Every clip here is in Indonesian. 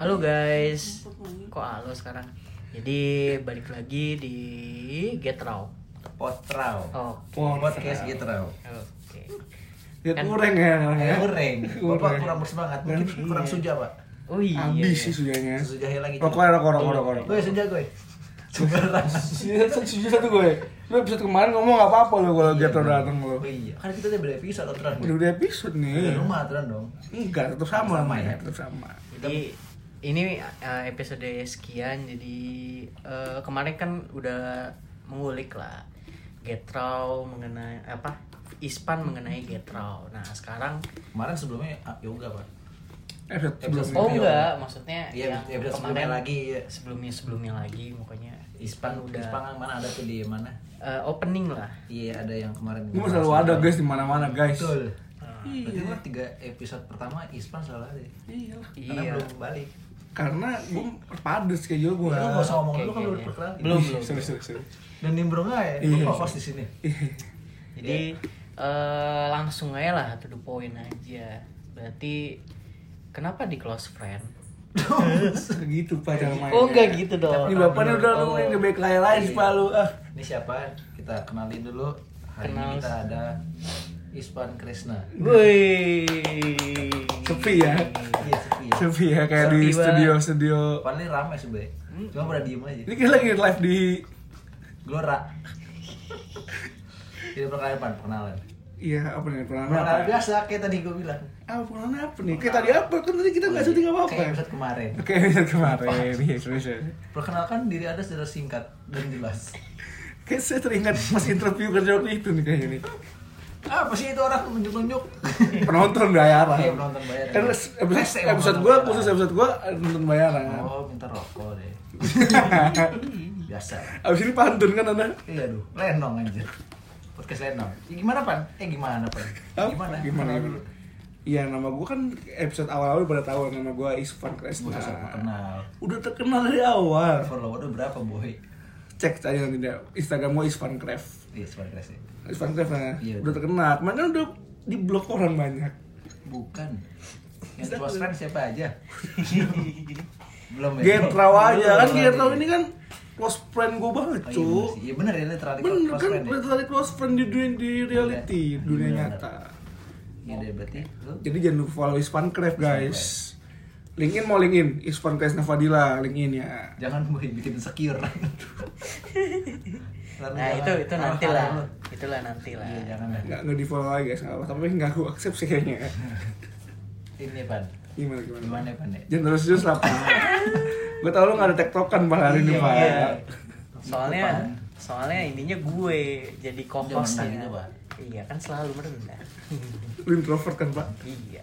Halo guys. Kok halo sekarang? Jadi balik lagi di Getrow. Potrau. Oh, Wah, Podcast gitu Rau. oke. Lihat kurang ya orang ya. Kurang. Bapak kurang bersemangat. Mungkin Kurang. kurang suja, Pak. Oh iya. Habis sih sudahnya. Sesujahi lagi. Rokok ya, rokok rokok rokok. rokok. Gue suja gue. Sembarang. Sujud sujud satu gue. Lu episode kemarin ngomong nggak apa-apa lo kalau dia tuh datang lo. Oh iya. Kan kita udah beda episode aturan. Udah udah episode Udah nih. rumah aturan dong. Enggak, tetap sama Sama ya? namanya, tetap sama. Jadi ini eh, episode sekian. Jadi eh, kemarin kan udah mengulik lah Getrow mengenai apa? Ispan mengenai Getrow. Nah, sekarang Kemarin sebelumnya ah, yoga, Pak. Episode Episode Oh sebelumnya. Sebelumnya enggak, maksudnya Iya, yang kemarin episode sebelumnya lagi. iya. sebelumnya sebelumnya lagi pokoknya Ispan Ispan udah Ispan kan mana ada tuh di mana? eh, opening lah. Iya, ada yang kemarin. Gue selalu ada guys di mana-mana guys. Betul. Iya. Berarti gua tiga episode pertama Ispan selalu ada. Iya. Karena Iya. belum balik. Karena gue pades kayak gitu Lu gue. nggak usah ngomong Oke, dulu kan oke, belum oke. perkenalan. Belum, belum. Sorry, sorry, sorry. Dan nimbrung aja, Iya. gua fokus di sini. Jadi eh, langsung aja lah to the point aja. Berarti kenapa di close friend? Segitu Gitu, pak Iya. cara mainnya. Oh enggak gitu dong. Ini bapaknya udah lu Oh. main back lain lain Iya. pak lu. Ah. Ini siapa? Kita kenalin dulu. Hari Kenal. ini kita ada Ispan Krishna. Woi. Sepi ya. Iya, sepi ya. Sepi ya Sepi kayak di banget. studio studio. Paling ramai sebenernya. Cuma pada diem aja. Ini kita lagi live di Gelora. Jadi perkenalan, Pan. Perkenalan. Iya apa nih pernah apa? Perkenalan biasa kayak tadi gue bilang. Ah pernah apa nih? Kayak tadi apa? Kan tadi kita nggak syuting ya? apa apa. Iya. Kayak episode kemarin. Oke episode kemarin. Iya terus ya. Perkenalkan diri Anda secara singkat dan jelas. Kayak saya teringat pas interview kerja waktu itu nih kayaknya nih. Apa sih itu orang nunjuk-nunjuk? Penonton bayaran. Iya, penonton bayaran. Kan episode, Rese, penonton episode gue bayaran. khusus episode gue penonton bayaran. Oh, minta rokok deh. Biasa. Abis ini pantun kan ada. Iya aduh, lenong anjir. Podcast lenong. Ya, gimana, Pan? Eh gimana, Pan? Gimana? Gimana? gimana? Iya nama gue kan episode awal-awal pada tahu nama gue Isfan Gue Kresna. sosok terkenal. Udah terkenal dari awal. Follower lu berapa, Boy? Cek aja nanti deh Instagram gue Isfan Kref. Iya, sebenarnya sih. Ivan Cruyff nah. Iya. udah terkenal. Kemarin kan udah di blok orang banyak. Bukan. Yang close friend siapa aja? Belum ya? Gertrau Belum, aja kan belum, Gertrau belum. ini kan close friend gue banget, Oh, iya, bener cu. sih. Iya bener ya, literally Bener close kan friend ya. literally close friend di dunia di reality, Iya. dunia Iya. nyata. Iya deh, berarti lu Jadi jangan lupa follow Ispan Cruyff guys. Linkin mau linkin Ispan Cruyff Navadila linkin ya. jangan Boy bikin insecure. Lalu Nah, itu jangan. itu Kalau nanti salah lah. lu. Itulah nanti lah. Iya, jangan lah. Nggak nggak di follow lagi guys, nggak apa tapi nggak aku accept sih kayaknya. Ini, Pan. Gimana gimana? Gimana, Pan? ya? Jangan terus terus lah. gue tau lu nggak ada tektokan pak hari ini Iya, pak. iya. Soalnya Pan. soalnya ininya gue jadi Jangan co-hostnya. gitu, Pak. Iya, kan selalu merendah. Lu introvert kan pak? iya.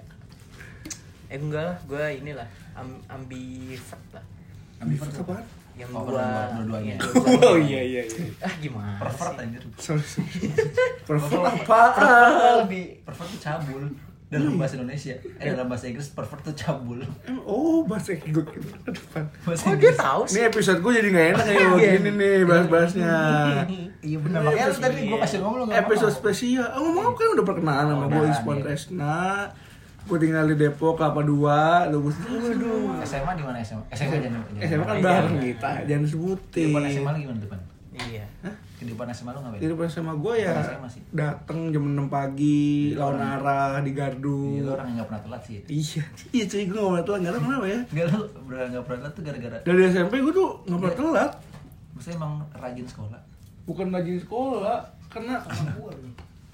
Eh enggak lah, gue inilah am ambivert lah. Ambivert apaan? Yang Oh, dua dua-duanya. yang dua- Oh iya iya iya. ah gimana? pervert sih? anjir. Sorry, sorry. Pervert Pervert. apaan? Pervert lebih pervert tuh cabul dalam bahasa Indonesia. Eh dalam bahasa Inggris pervert tuh cabul. Em- Oh, bahasa Inggris. Aduh, Pan. Bahasa Kok dia Inggris. tahu Ini sih? episode gue jadi gak enak ya kalau gini nih bahas-bahasnya. Iya benar. Makanya lu tadi gua kasih ngomong lu nggak Episode mau. spesial. Oh, ngomong kan udah perkenalan sama Oh, gue nah, Ispan iya. Resna. Gue tinggal di Depok Kelapa Dua. Lu gue Waduh. SMA di mana SMA? SMA jangan. SMA Iya, kan bareng kita, jangan sebutin. Kehidupan SMA lu gimana depan? Iya. Kehidupan SMA lu ngapain? Jadi pas SMA gue ya Pas SMA Iya, sih. dateng jam 6 pagi, Jadi lawan orang- arah Iya, di Lu gardu. orang yang nggak pernah telat sih. Iya, iya cuy gue gak pernah telat, gak tau kenapa ya. Enggak lu beneran nggak pernah telat tuh gara-gara Dari SMP gue tuh gak pernah telat. maksudnya emang rajin sekolah. bukan rajin sekolah karena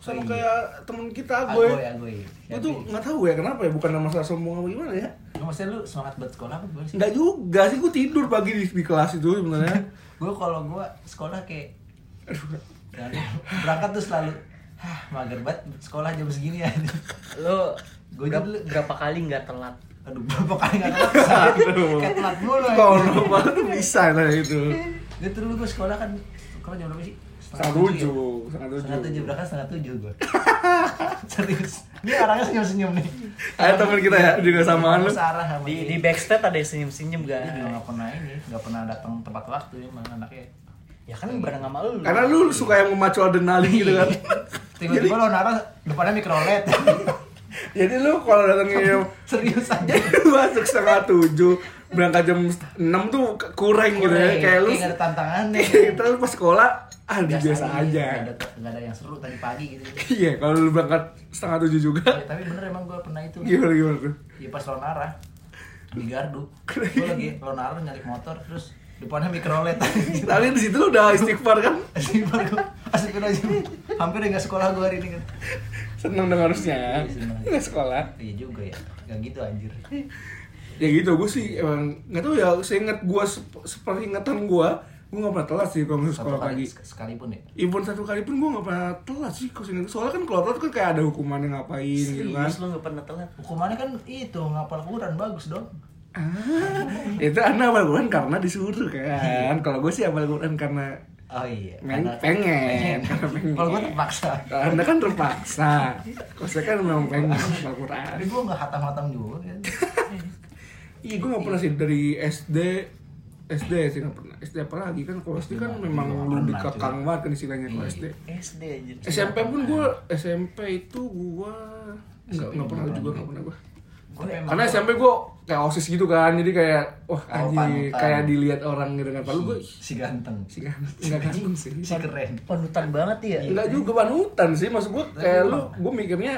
sama Iya. kayak temen kita gue Agoy, agoy. gue tuh nggak tahu ya kenapa ya bukan ada masalah sombong apa gimana ya Nggak, maksudnya lu semangat buat sekolah apa gimana sih? nggak juga sih gue tidur pagi di, di kelas itu sebenarnya Gue kalau gue sekolah kayak Aduh, Dan berangkat tuh selalu Hah, mager banget sekolah jam segini ya. Lo Gua berapa, dulu- berapa kali nggak telat? Aduh, berapa kali gak telat Aduh. Kayak telat mulu kono banget tuh bisa lah itu Gue tuh dulu gue sekolah kan Sekolah jam berapa sih? ya? sangat lucu sangat Setengah tujuh, lucu berangkat setengah tujuh gue Serius Ini orangnya senyum-senyum nih ada teman kita ya juga samaan lu Sarah sama Di di dia. backstage ada yang senyum-senyum Iya, Dia juga gak? gak pernah ini Gak pernah datang tepat waktu emang anaknya Ya kan bareng sama lu. karena lu suka yang memacu adrenalin gitu kan Tiba-tiba lo nara depannya mikrolet jadi lu kalau datangnya Serius aja jadi lu masuk setengah tujuh berangkat jam 6 tuh ke- kurang gitu ya kayak lu nggak Iya, ada tantangannya kita lu Iya, pas sekolah ah dia Biasa biasa aja, aja nggak ya, ada, nggak ada yang seru tadi pagi gitu iya kalau lu berangkat setengah tujuh juga tapi, tapi bener emang gue pernah itu gimana gimana tuh Iya pas lonara di gardu gue lagi lonara nyari motor terus depannya mikrolet tapi di situ lu udah istighfar kan asik banget gua. asik banget aja hampir nggak sekolah gue hari ini kan seneng dong harusnya Iya, seneng. nggak sekolah iya juga ya nggak gitu anjir ya gitu gue sih emang nggak tahu ya seinget gue seperti ingatan gue gue nggak pernah telat sih kalau masuk satu sekolah kali pagi sek- sekalipun ya Ibon satu kali pun gue gak pernah telat sih kalau seingat gua. Soalnya kan kalau telat kan kayak ada hukumannya ngapain gitu kan Serius lu gak pernah telat? hukumannya kan itu ngapal Quran bagus dong ah, Itu anda hafal Quran karena disuruh kan Kalau gue sih hafal Quran karena oh iya men- karena- pengen, karena pengen. kalau gue terpaksa Kalau anda kan terpaksa Kalau saya kan memang pengen hafal Quran tapi gue nggak hatam-hatam juga kan Iya gue gak pernah sih dari SD SD sih gak pernah SD apa lagi kan kalau SD kan memang Nggak lu pernah, dikekang banget kan istilahnya kalau SD SD anjir SMP pun gue SMP itu gue nggak nggak pernah juga nggak pernah gue Tapi emang karena gua- SMP gue kayak osis gitu kan jadi kayak Oh, wah anjir panutan. kayak dilihat orang gitu kan padahal gue si ganteng sih kan nggak ganteng sih si keren Panutan banget ya? nggak juga panutan sih maksud gue kayak lu gue mikirnya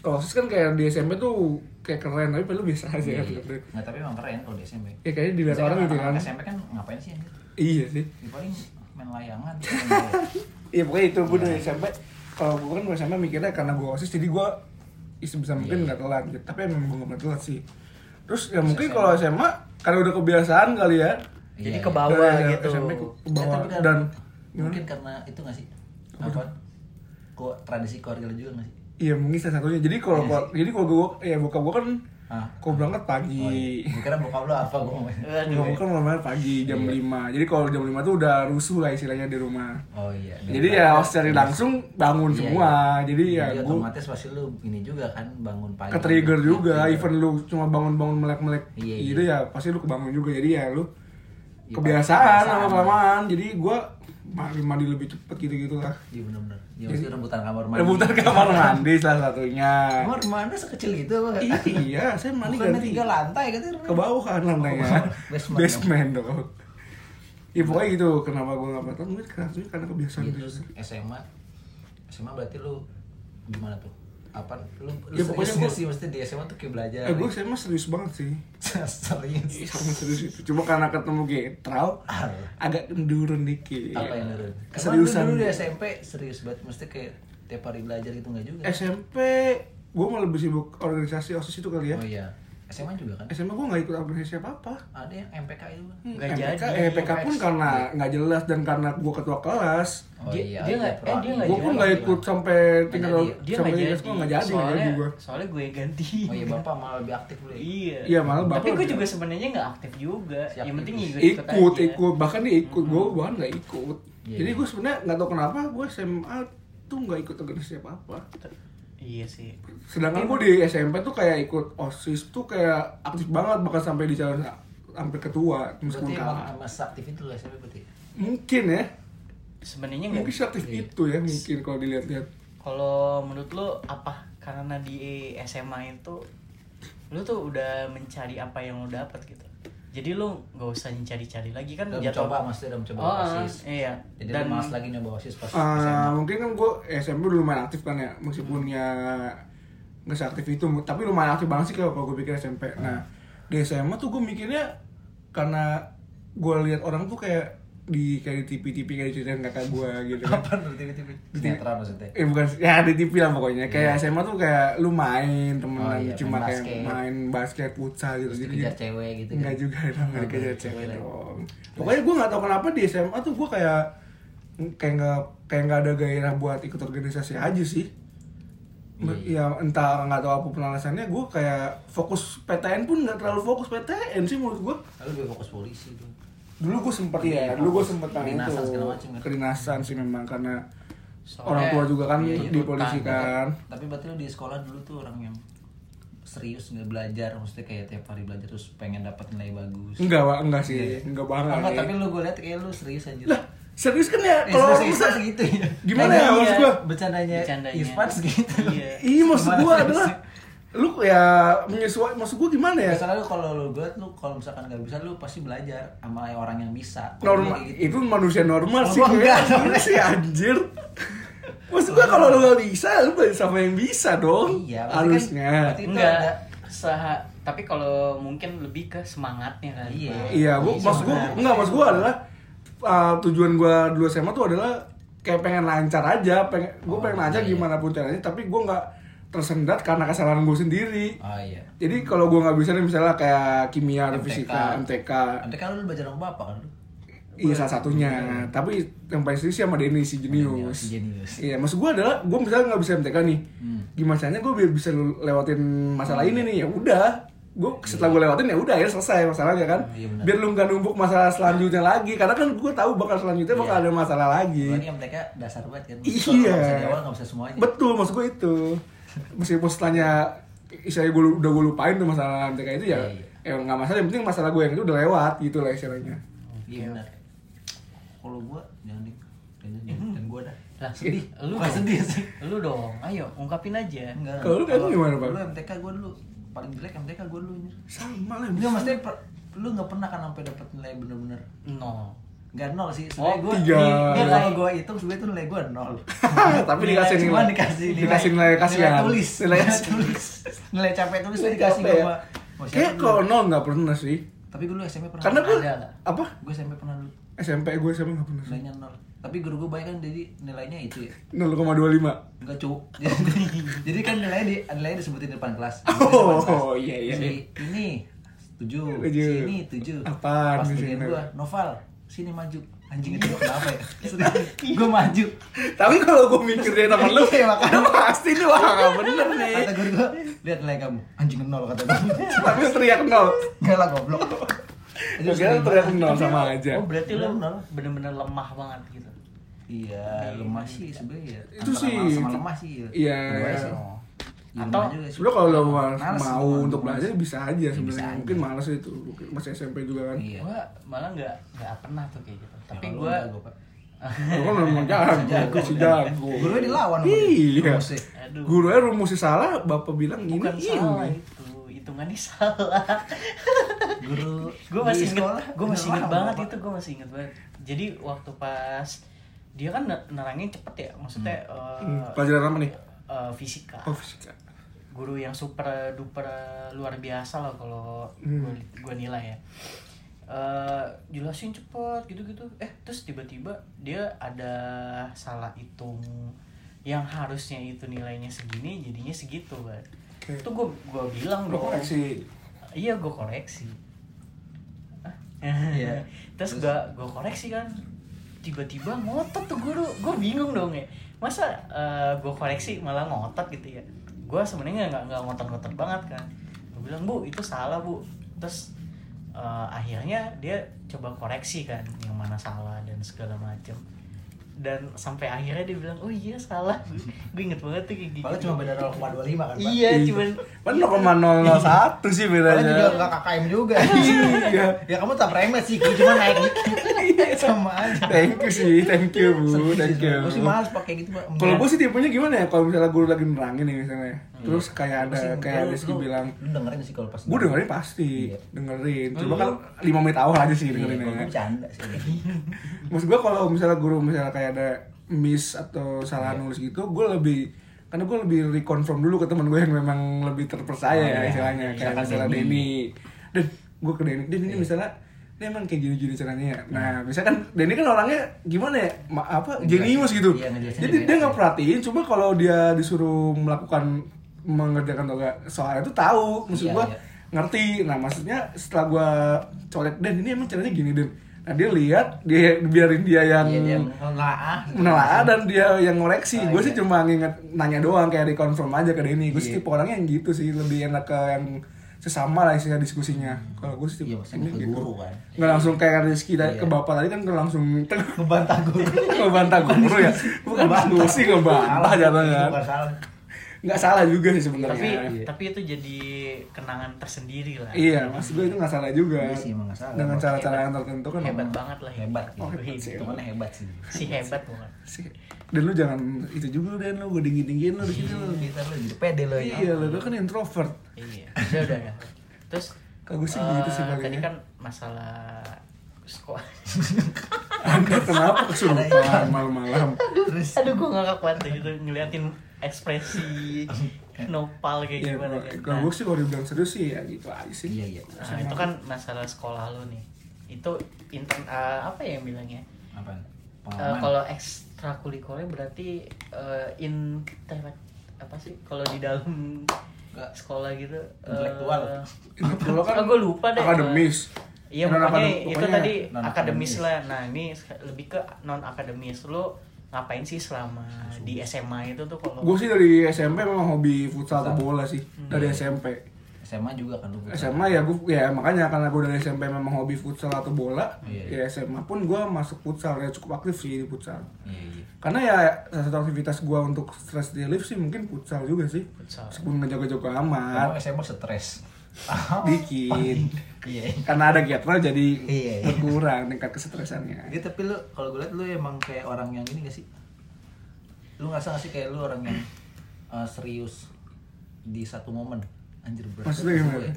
kalau osis kan kayak di SMP tuh kayak keren tapi padahal biasa aja kan keren. nggak tapi emang keren kalau di SMP ya kayaknya dilihat orang gitu kan Anak-anak SMP kan ngapain sih anjir? iya sih Ya paling main layangan iya pokoknya itu gue dari SMP kalau gue kan dari SMP mikirnya karena gue osis jadi gue Iya. sebisa mungkin nggak telat gitu tapi emang gue nggak pernah telat sih terus ya mungkin kalau SMA karena udah kebiasaan kali ya Jadi Iya, ke bawah Dari gitu SMP ke ke Ya, bawah tapi kan- dan mungkin karena itu nggak sih apa kok tradisi keluarga lu juga nggak sih iya mungkin salah satunya jadi kalau Iya kalau- jadi kalau gue ya bokap gue kan ah kok berangkat pagi oh, iya. Gua kira bokap lu apa gue ngomongin Bokap gue kan mulai pagi jam 5 Jadi kalau jam 5 tuh udah rusuh lah istilahnya di rumah oh iya Jadi ya secara langsung bangun Iya, semua Jadi ya Jadi gue otomatis pasti lu ini juga kan bangun pagi ke trigger juga even lu cuma bangun-bangun melek-melek Iya, gitu ya pasti lu kebangun juga jadi ya lu Iya, kebiasaan kebiasaan. lama kelamaan jadi gua mandi, mandi lebih cepet gitu gitu lah iya bener-bener ya pasti rebutan kamar mandi rebutan kamar mandi salah satunya kamar mandi sekecil gitu apa iya saya mandi bukannya ganti tiga lantai kan ke bawah kan lantainya Basement. basement dong ya pokoknya gitu kenapa gua nggak pernah mungkin karena karena kebiasaan Iya, gitu. terus SMA SMA berarti lu gimana tuh apa lu, lu Ya, pokoknya serius nggak gua- sih mesti di SMA tuh kayak belajar eh gua saya mah serius banget sih serius sama serius itu cuma karena ketemu Getral Alah. agak kendurun dikit apa yang nurun Iya. Keseriusan. keseriusan dulu ya, di SMP serius banget mesti kayak tiap hari belajar gitu nggak juga SMP gue malah lebih sibuk organisasi osis itu kali ya oh iya SMA juga kan SMA gue nggak ikut organisasi apa apa ada yang MPK itu kan Nggak MPK, jadi. eh, PK pun karena nggak jelas dan karena gue ketua kelas oh Dia- iya dia iya, Oh, nggak- eh, pro- dia nggak gue pun nggak ikut sampai jadi. tingkat sampai Dia nggak jadi, tingkat sekolah nggak jadi nggak soalnya, jadi gue soalnya gue yang ganti oh iya bapak malah lebih aktif dulu ya Iya. Iya, malah bapak Tapi gue udah- juga sebenarnya nggak aktif juga. Siap yang penting ikut. ikut ikut aja. ikut bahkan dia ikut gue bahkan nggak ikut Iya, jadi iya. gue sebenarnya nggak tahu kenapa gue SMA tuh nggak ikut organisasi apa apa Iya sih. sedangkan gue di SMP tuh kayak ikut osis tuh kayak aktif banget bahkan sampai di jalan sampai ketua berarti meskipun emang kalah mas aktif itu lah SMP berarti mungkin ya Sebenarnya nggak. Iya. mungkin seaktif itu ya mungkin kalau dilihat-lihat Kalau menurut lo apa? Karena di SMA itu lo tuh udah mencari apa yang lo dapat gitu. Jadi lo nggak usah mencari-cari lagi kan udah jatuh- mencoba maksudnya udah mencoba Oh, osis iya. jadi Dan lu malas lagi nyoba osis pas Eh, SMA mungkin kan gue SMP dulu lumayan aktif kan ya meskipun ya nggak seaktif itu tapi lumayan aktif banget sih kalau gue pikir SMP nah di SMA tuh gue mikirnya karena gue lihat orang tuh kayak di kayak di TV-TV kayak diceritain kakak gue gitu kan apa tuh tiba-tiba sinetron maksudnya Eh bukan ya di TV lah pokoknya. Kayak SMA tuh kayak lu main temenan Iya. Oh, iya, cuma main kayak basket. main basket futsal gitu gitu. dikejar cewek gitu kan? Enggak juga dong, enggak Oh, dikejar enggak cewek dikejar. dong. Pokoknya gue nggak tahu kenapa di SMA tuh gue kayak kayak nggak kayak nggak ada gairah buat ikut organisasi aja sih. Iya, Ya entah nggak tahu apa penalasannya gue kayak fokus PTN pun nggak terlalu fokus PTN sih menurut gue. Lalu lebih fokus polisi tuh. Dulu gue sempet Iya, ya, dulu gue sempet tanya kedinasan itu segala macem kan? kedinasan sih memang karena Soalnya- orang tua juga kan Iya, iya, di polisi betah, kan. betah. Tapi berarti lu di sekolah dulu tuh orang yang serius nggak belajar, maksudnya kayak tiap hari belajar terus pengen dapat nilai bagus. Enggak, Wak. enggak sih. Enggak banget. Iya. Enggak, tapi lu gue liat kayak lu serius anjir. ya. lah, serius kan ya Eh, kalau orang serius bisa segitu ya. Gimana Nah, ya, iya, maksud gua? Bercandanya Bercandanya. Irfan segitu. Iya. Iya, maksud Gimana gua serius? adalah lu ya menyesuaikan maksud gue gimana ya Misalnya lu kalau lu buat lu kalau misalkan nggak bisa lu pasti belajar sama orang yang bisa. Kalau normal dia kayak gitu. itu manusia normal Oh, sih enggak, kayak gimana sih anjir maksud gua kalau lu gak bisa lu belajar sama yang bisa dong Iya, berarti kan- harusnya berarti- Itu ada- enggak seha tapi kalau mungkin lebih ke semangatnya kan Iya. Pak. iya gua Iya, maksud gua sebenarnya. enggak maksud gua adalah uh, tujuan gua dulu SMA tuh adalah kayak pengen lancar aja pengen gua Oh, pengen lancar iya. gimana pun caranya tapi gua nggak tersendat karena kesalahan gua sendiri Oh iya. jadi kalau gua nggak bisa nih misalnya kayak kimia atau MTK. fisika MTK Nanti kan lu belajar sama bapak kan lu. iya salah satunya tapi yang paling serius sih sama Denny si Iya, jenius Jenius. Hmm. Iya, maksud gue adalah gue misalnya nggak bisa MTK nih, gimana caranya gue biar bisa lewatin masalah ini nih? Ya udah, gue setelah gue lewatin ya udah ya selesai masalahnya kan. Iya, benar. biar lu nggak numpuk masalah selanjutnya lagi, karena kan gue tahu bakal selanjutnya bakal Iya. ada masalah lagi. Gua ini MTK dasar banget kan. Iya. Kalau nggak bisa di awal nggak bisa semuanya. Betul, maksud gue itu. Meskipun setelahnya istilahnya gue udah gue lupain tuh masalah MTK itu ya, ya nggak masalah. Yang penting masalah gue yang itu udah lewat gitu lah istilahnya. Iya gitu. benar. Kalau gua jangan di jangan di- Mm-hmm. dan gua dah. lah sedih lu Bukan dong. sedih sih. Eh, lu dong ayo ungkapin aja Enggak. Kalau lu kayak lu gimana, Pak? Lu MTK gua dulu paling jelek MTK gua dulu ini. Sama lah. Enggak maksudnya per- lu nggak pernah kan sampai dapat nilai bener-bener nol Gak nol sih, Oh, sebenernya gua tiga. Ini kalau gua hitung sebenernya tuh nilai gua nol Tapi dikasih Cuma nilai- dikasih nilai dikasih nilai kasihan. Nilai tulis Nilai- Nilai tulis Nilai capek tulis tuh Kayak dikasih apa ya? gua Mau Oh, siapa Kayak dulu? kalau nol nggak pernah sih, Tapi gua dulu SMP pernah karena gue Ada lah. apa Gua SMP pernah dulu SMP gue SMP nggak pernah sih. Nilainya nol Tapi guru gua baik kan jadi nilainya itu ya 0,25 Enggak cu Jadi, jadi kan nilainya, di, nilainya disebutin di depan kelas Di Oh, depan kelas. iya, iya, Si iya. ini tujuh, si Tujuh. ini tujuh Apaan Pas di bagian sini? gua, Noval, sini maju Anjing itu kenapa ya? Gue maju Tapi kalau gue mikir dari temen lu, Iya, makanya. udah pasti nih wah gak bener nih. Kata guru gue, lihat nilai kamu, anjing nol kata gue Tapi lu teriak nol. Enggak lah goblok Gue kira lu teriak nol ya, sama aja. oh berarti Bener, lu nol. bener-bener lemah banget gitu Iya, lemah sih sebenernya ya. Itu Antara sih. malas sama lemah sih ya. Iya. Lemah sih. Oh. Lemah Atau, juga sih. Sebenernya kalau lu mau iya, Males sih, mau gua untuk males. belajar bisa aja bisa sebenarnya. aja. Mungkin males itu Mungkin masih SMP juga kan. Iya. gua malah nggak nggak pernah tuh kayak gitu tapi kalau gua enggak, gua, Pak. Lu kan memang jago, Jago, gue sih jago. jago. Iya. Gurunya dilawan sama dia, Iya. rumusnya. Aduh. Gurunya rumusnya salah, bapak bilang ini bukan salah ini. itu hitungannya salah Guru gue di masih inget sekolah, gue masih inget dilawan banget sama itu gue masih inget banget jadi waktu pas dia kan ner- nerangin cepet ya maksudnya eh, Hmm, Pelajaran apa nih? eh, fisika Oh fisika. guru yang super duper luar biasa loh kalau Hmm. gua gua nilai ya Eh, jelasin cepet gitu-gitu eh terus tiba-tiba dia ada salah hitung yang harusnya itu nilainya segini jadinya segitu kan Oke. itu gua gua bilang Lu dong koreksi. iya gua koreksi Hah? Iya. terus gua gua koreksi kan tiba-tiba ngotot tuh guru gua bingung dong ya masa eh, gua koreksi malah ngotot gitu ya gua sebenarnya nggak nggak ngotot-ngotot banget kan gua bilang bu itu salah bu terus eh, akhirnya dia coba koreksi kan yang mana salah dan segala macam dan sampai akhirnya dia bilang oh iya salah gue inget banget tuh kayak gitu dia. Padahal cuma beda 0,25 kan. Pak? iya cuman Kan 0,001 sih Padahal juga bedanya. enggak KKM juga. Iya. ya kamu tak remeh sih, gua cuma naik dikit. Sama aja. Thank you sih, thank you bu, Serius thank sih, you. Gua sih males pakai gitu, Pak. Kalau gue sih tipenya gimana ya? Kalau misalnya guru lagi nerangin nih misalnya, terus kayak Gua Hmm. sih- ada lu- kayak Rizky lu- bilang, lu dengerin sih kalau pas gue dengerin pasti, Iya. dengerin. Cuma kan lima menit awal aja sih dengerin dengerin ya. Iya, bercanda sih Maksud gue kalau misalnya guru misalnya kayak ada miss atau salah Iya. nulis gitu, gue lebih karena gue lebih reconfirm dulu ke teman gue yang memang lebih terpercaya Oh, ya iya. istilahnya kayak Misalkan misalnya Denny. Iya. Denny dan gue ke Denny Denny ini misalnya ini emang kayak gini-gini caranya ya nah misalkan Denny kan orangnya gimana ya ma- apa jenius gitu Iya, ngejelasinnya jadi beda dia sih. nggak perhatiin cuma kalau dia disuruh melakukan mengerjakan atau nggak soalnya itu tahu maksud Iya, gue iya. ngerti nah maksudnya setelah gue colek Dan ini emang caranya gini Den nah dia lihat dia biarin dia yang Iya, dia menelaah menelaah dan dia yang ngoreksi Oh, gue iya. sih cuma nginget nanya doang kayak reconfirm aja ke Denny gue sih Iya. tipe orangnya yang gitu sih lebih enak ke yang sesama lah isinya diskusinya kalau gue sih tipe Iya, maksudnya orangnya ke guru kan. nggak langsung kayak Rizky tadi Iya. ke bapak tadi kan nggak langsung ngebantah guru ngebantah guru ya bukan Ngebantah. diskusi ngebantah Salah, jatuhnya bukan salah. nggak salah juga sih sebenarnya tapi tapi itu jadi kenangan tersendiri lah iya mas gue itu nggak salah juga Iya sih, emang nggak salah. dengan Hebat. cara-cara yang tertentu kan hebat emang- banget lah ya. Iya, hebat gitu. Oh, hebat sih. Hitungannya hebat sih. si hebat bukan sih dan lu jangan itu juga dan lu gue dingin dingin lu di sini lu Kita lu Iya, jadi pede lo ya. iya lu lu kan introvert iya udah udah udah. terus Kagak sih eh, gitu sih palingnya. tadi kan masalah sekolah anda kenapa kesurupan malam-malam Terus aduh gue ngakak banget deh gitu ngeliatin ekspresi nopal kayak ya gimana kalau kan. kalau gue sih kalau dibilang serius sih ya gitu aja sih Iya, iya. Nah, nah, itu kan masalah sekolah lu nih itu intern eh, apa ya yang bilangnya apaan? Eh, Pengalaman. kalau ekstrakurikuler berarti eh, in apa sih kalau di dalam Nggak. sekolah gitu eh, Intelektual. kalau kan Oh, gua lupa deh. akademis Iya Non- makanya akadem- itu pokoknya tadi non-akademis. akademis lah. Nah ini lebih ke non akademis lu ngapain sih selama di SMA itu tuh kalau gue sih dari SMP memang hobi futsal atau bola sih dari SMP SMA juga kan lu. bukan? SMA ya gue ya makanya karena gue dari SMP memang hobi futsal atau bola Iya, ya SMA pun gue masuk futsal ya cukup aktif sih di futsal Iya, iya. karena ya salah satu aktivitas gue untuk stress relief sih mungkin futsal juga sih Futsal. meskipun ngejaga-jaga amat Kamu SMA stres. Oh. dikit Iya. karena ada getrol jadi Iya, iya. berkurang tingkat kesetresannya Jadi Iya, tapi lu kalau gue liat lu emang kayak orang yang ini gak sih? Lu ngerasa gak sih kayak lu orang yang uh, serius di satu momen? Anjir berat. Maksudnya gimana? Ya,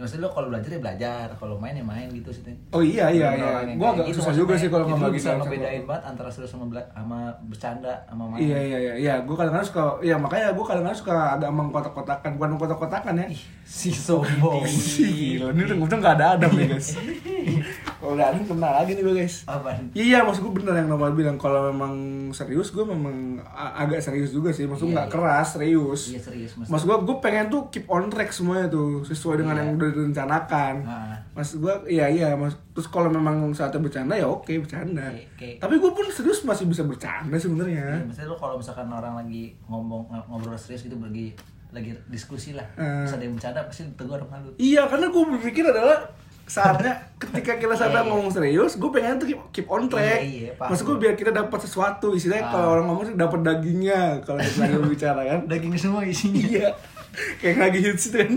maksudnya lu kalau belajar ya belajar, kalau main ya main gitu sih. oh iya Lu iya iya orang yang gue kayak agak gitu susah maksudnya. juga sih kalau Jadi lu ngebagi bisa salah satu ngebedain banget antara serius sama, bela- sama bercanda sama main. Iya iya iya, iya. gue kadang-kadang suka, ya makanya gue kadang-kadang suka agak mengkotak-kotakan, bukan mengkotak-kotakan ya. Si sombong. Sih, gila. ini untung nggak ada Adam ya guys. Kalau ada Adam kena lagi nih gue guys. Apaan? Iya, iya maksud gue bener yang Nomal bilang kalau memang serius gue memang a- agak serius juga sih, maksud Iya, gue nggak iya. keras serius. Iya serius mas. Mas gue gue pengen tuh keep on track semuanya tuh sesuai dengan Iya. yang udah direncanakan. Ah. Mas gue iya iya mas terus kalau memang saatnya bercanda ya oke bercanda. Oke, oke. Tapi gue pun serius masih bisa bercanda sebenarnya. Iya, maksudnya lu kalau misalkan orang lagi ngomong ng- ngobrol serius gitu pergi lagi diskusi lah, Hmm. terus ada yang bercanda pasti ditegur sama lu. Iya, karena gue berpikir adalah saatnya ketika kita Iya, sadar iya. ngomong serius, gue pengen tuh keep, keep on track. Iya, iya, paham. Ah. Maksud gue biar kita dapat sesuatu, istilahnya Paham. kalau orang ngomong sih dapat dagingnya kalau kita lagi berbicara kan. Daging semua isinya. iya, kayak lagi hits itu kan.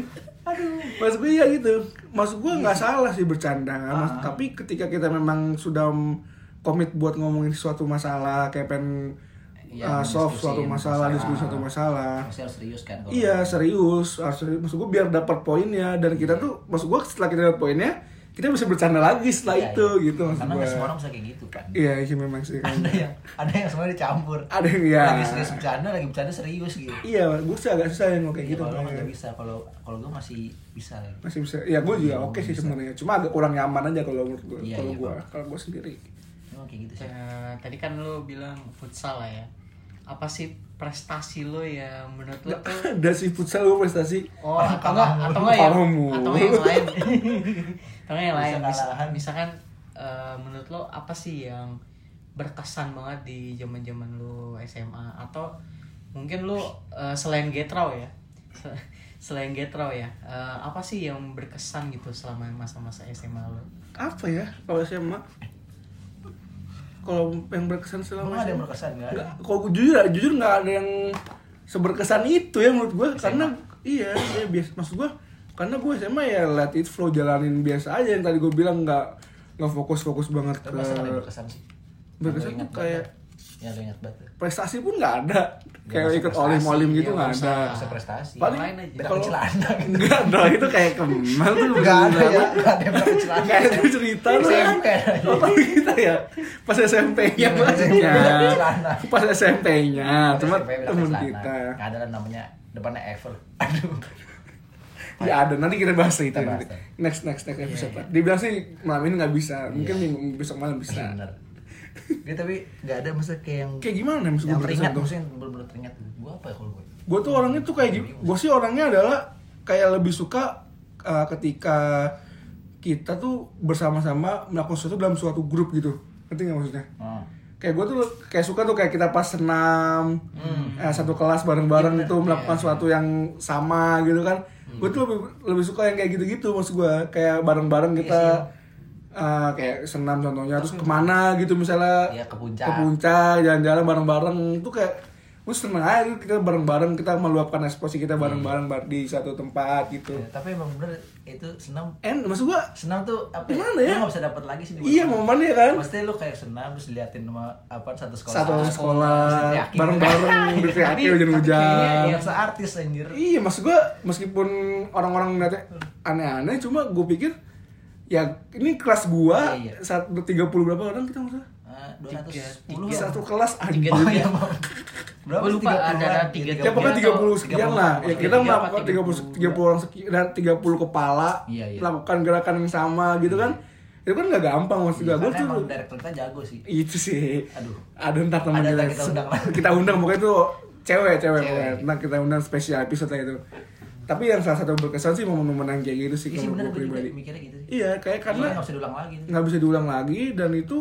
Aduh. Maksud gue iya gitu. Maksud gue nggak salah sih bercanda, Mas- Ah. tapi ketika kita memang sudah m- komit buat ngomongin suatu masalah, kayak pengen Iya, uh, solve suatu diskusin masalah, masalah. diskusi suatu masalah. Pasti harus serius kan kalau- Iya serius, harus serius. Maksud gue biar dapat poinnya dan kita Iya. tuh, maksud gue setelah kita dapat poinnya, kita bisa bercanda lagi setelah Iya, itu iya. gitu maksud Karena gue. nggak semua orang bisa kayak gitu kan. Iya sih memang sih. Ada yang ada yang semuanya dicampur. Ada yang- iya. Lagi serius bercanda, lagi bercanda serius gitu. iya, gue sih agak susah yang kayak Gitu, gitu. kalau Bang. lu nggak bisa, kalau kalau gue masih bisa. gitu. Masih bisa. Ya gue Iya, juga oke sih bisa. sebenarnya. Cuma agak kurang nyaman aja kalau menurut gue. Iya, kalau iya, gue, Bang. kalau gue sendiri. Emang kayak gitu sih. Iya. Eh, tadi kan lu bilang futsal lah ya apa sih prestasi lu ya menurut lu tuh Ada sih futsal gue prestasi. Oh, atau enggak, atau enggak yang, Kamu. atau enggak yang lain. atau enggak yang Bisa lain. Mis- kalahan. misalkan eh, menurut lo apa sih yang berkesan banget di zaman-zaman lo SMA atau mungkin lo eh, selain Getrau ya. Se- selain Getrau ya. eh, apa sih yang berkesan gitu selama masa-masa SMA lo? Apa ya kalau SMA? Kalau yang berkesan Emang selama ada yang SMA? berkesan nggak? Nggak, kalau gue jujur jujur nggak ada yang seberkesan itu ya menurut gue karena iya iya biasa maksud gue karena gue SMA ya let it flow jalanin biasa aja yang tadi gue bilang nggak nggak fokus fokus banget ke Tapi masa nggak ada yang berkesan sih? Berkesan Yang lu ingat tuh kayak- banget. Yang lu ingat banget. prestasi pun nggak ada masa Iya, kayak ikut prestasi, iya, olim olim gitu ya, nggak masa- ada Bisa prestasi. paling yang lain aja. Berak kalau celana gitu. nggak ada itu kayak kemal tuh Nggak ada ya, nggak ada yang berak celana. kayak itu cerita lu Nah, SMP. apa kita ya pas SMP-nya Iya, maksudnya berak celana. pas SMP-nya cuma SMP bilang temen celana. kita Nggak ada lah namanya depannya ever. Aduh. Ya ada, nanti kita bahas itu Kita bahas Iya, nanti. Next next next episode lah. Dibilang sih malam ini nggak bisa, mungkin minggu besok malam bisa. Iya, Bener. Dia tapi nggak ada masa kayak yang Kayak gimana ya maksud yang gue teringat tuh? maksudnya yang bener-bener teringat gue apa ya kalau gue Gue tuh orangnya tuh kayak gitu. Gue sih orangnya adalah kayak lebih suka uh, ketika kita tuh bersama-sama melakukan sesuatu dalam suatu grup gitu. Ngerti nggak maksudnya? hmm. Kayak gue tuh kayak suka tuh kayak kita pas senam eh, satu kelas bareng-bareng tuh melakukan suatu yang sama gitu kan. Gue tuh lebih, lebih suka yang kayak gitu-gitu maksud gue kayak bareng-bareng kita eh, kayak senam contohnya terus kemana gitu misalnya Iya, ke puncak. ke puncak jalan-jalan bareng-bareng tuh kayak gue seneng aja gitu, kita bareng-bareng kita meluapkan ekspresi kita bareng-bareng bar- di satu tempat gitu Ya, tapi emang bener itu senam and maksud gue senam tuh apa Gimana ya? lu nggak bisa dapat lagi sih di- iya momennya kan Maksudnya lu kayak senam terus diliatin sama apa satu sekolah satu Terus sekolah diteriakin. bareng-bareng Iya. berteriaknya Tapi- tapi kayaknya hujan-hujan yang seartis anjir Iya maksud gue meskipun orang-orang ngeliatnya aneh-aneh cuma gue pikir ya ini kelas gua Iya, iya. saat tiga puluh berapa orang kita maksudnya dua ratus sepuluh Di satu kelas Tiga anjing oh iya tiga. mau berapa Gua sih? lupa, 30-an? ada- ada Iya, tiga- ya pokoknya tiga puluh sekian 30-an. lah ya kita Tiga apa, melakukan tiga puluh 30. tiga puluh orang sekian dan tiga puluh kepala Iya, iya. melakukan gerakan yang sama gitu kan itu kan nggak gampang maksud Iya, gua gue karena tuh emang director kita jago sih itu sih Aduh. ada ntar teman Ada, kita ntar kita undang lah. kita undang pokoknya itu cewek cewek Cewek. pokoknya ntar kita undang spesial episode lah itu tapi yang salah satu berkesan sih momen-momen yang kayak gitu sih Iya sih kalau bener gue gue juga pribadi mikirnya gitu sih iya kayak karena karena nggak usah diulang lagi nggak bisa diulang lagi dan itu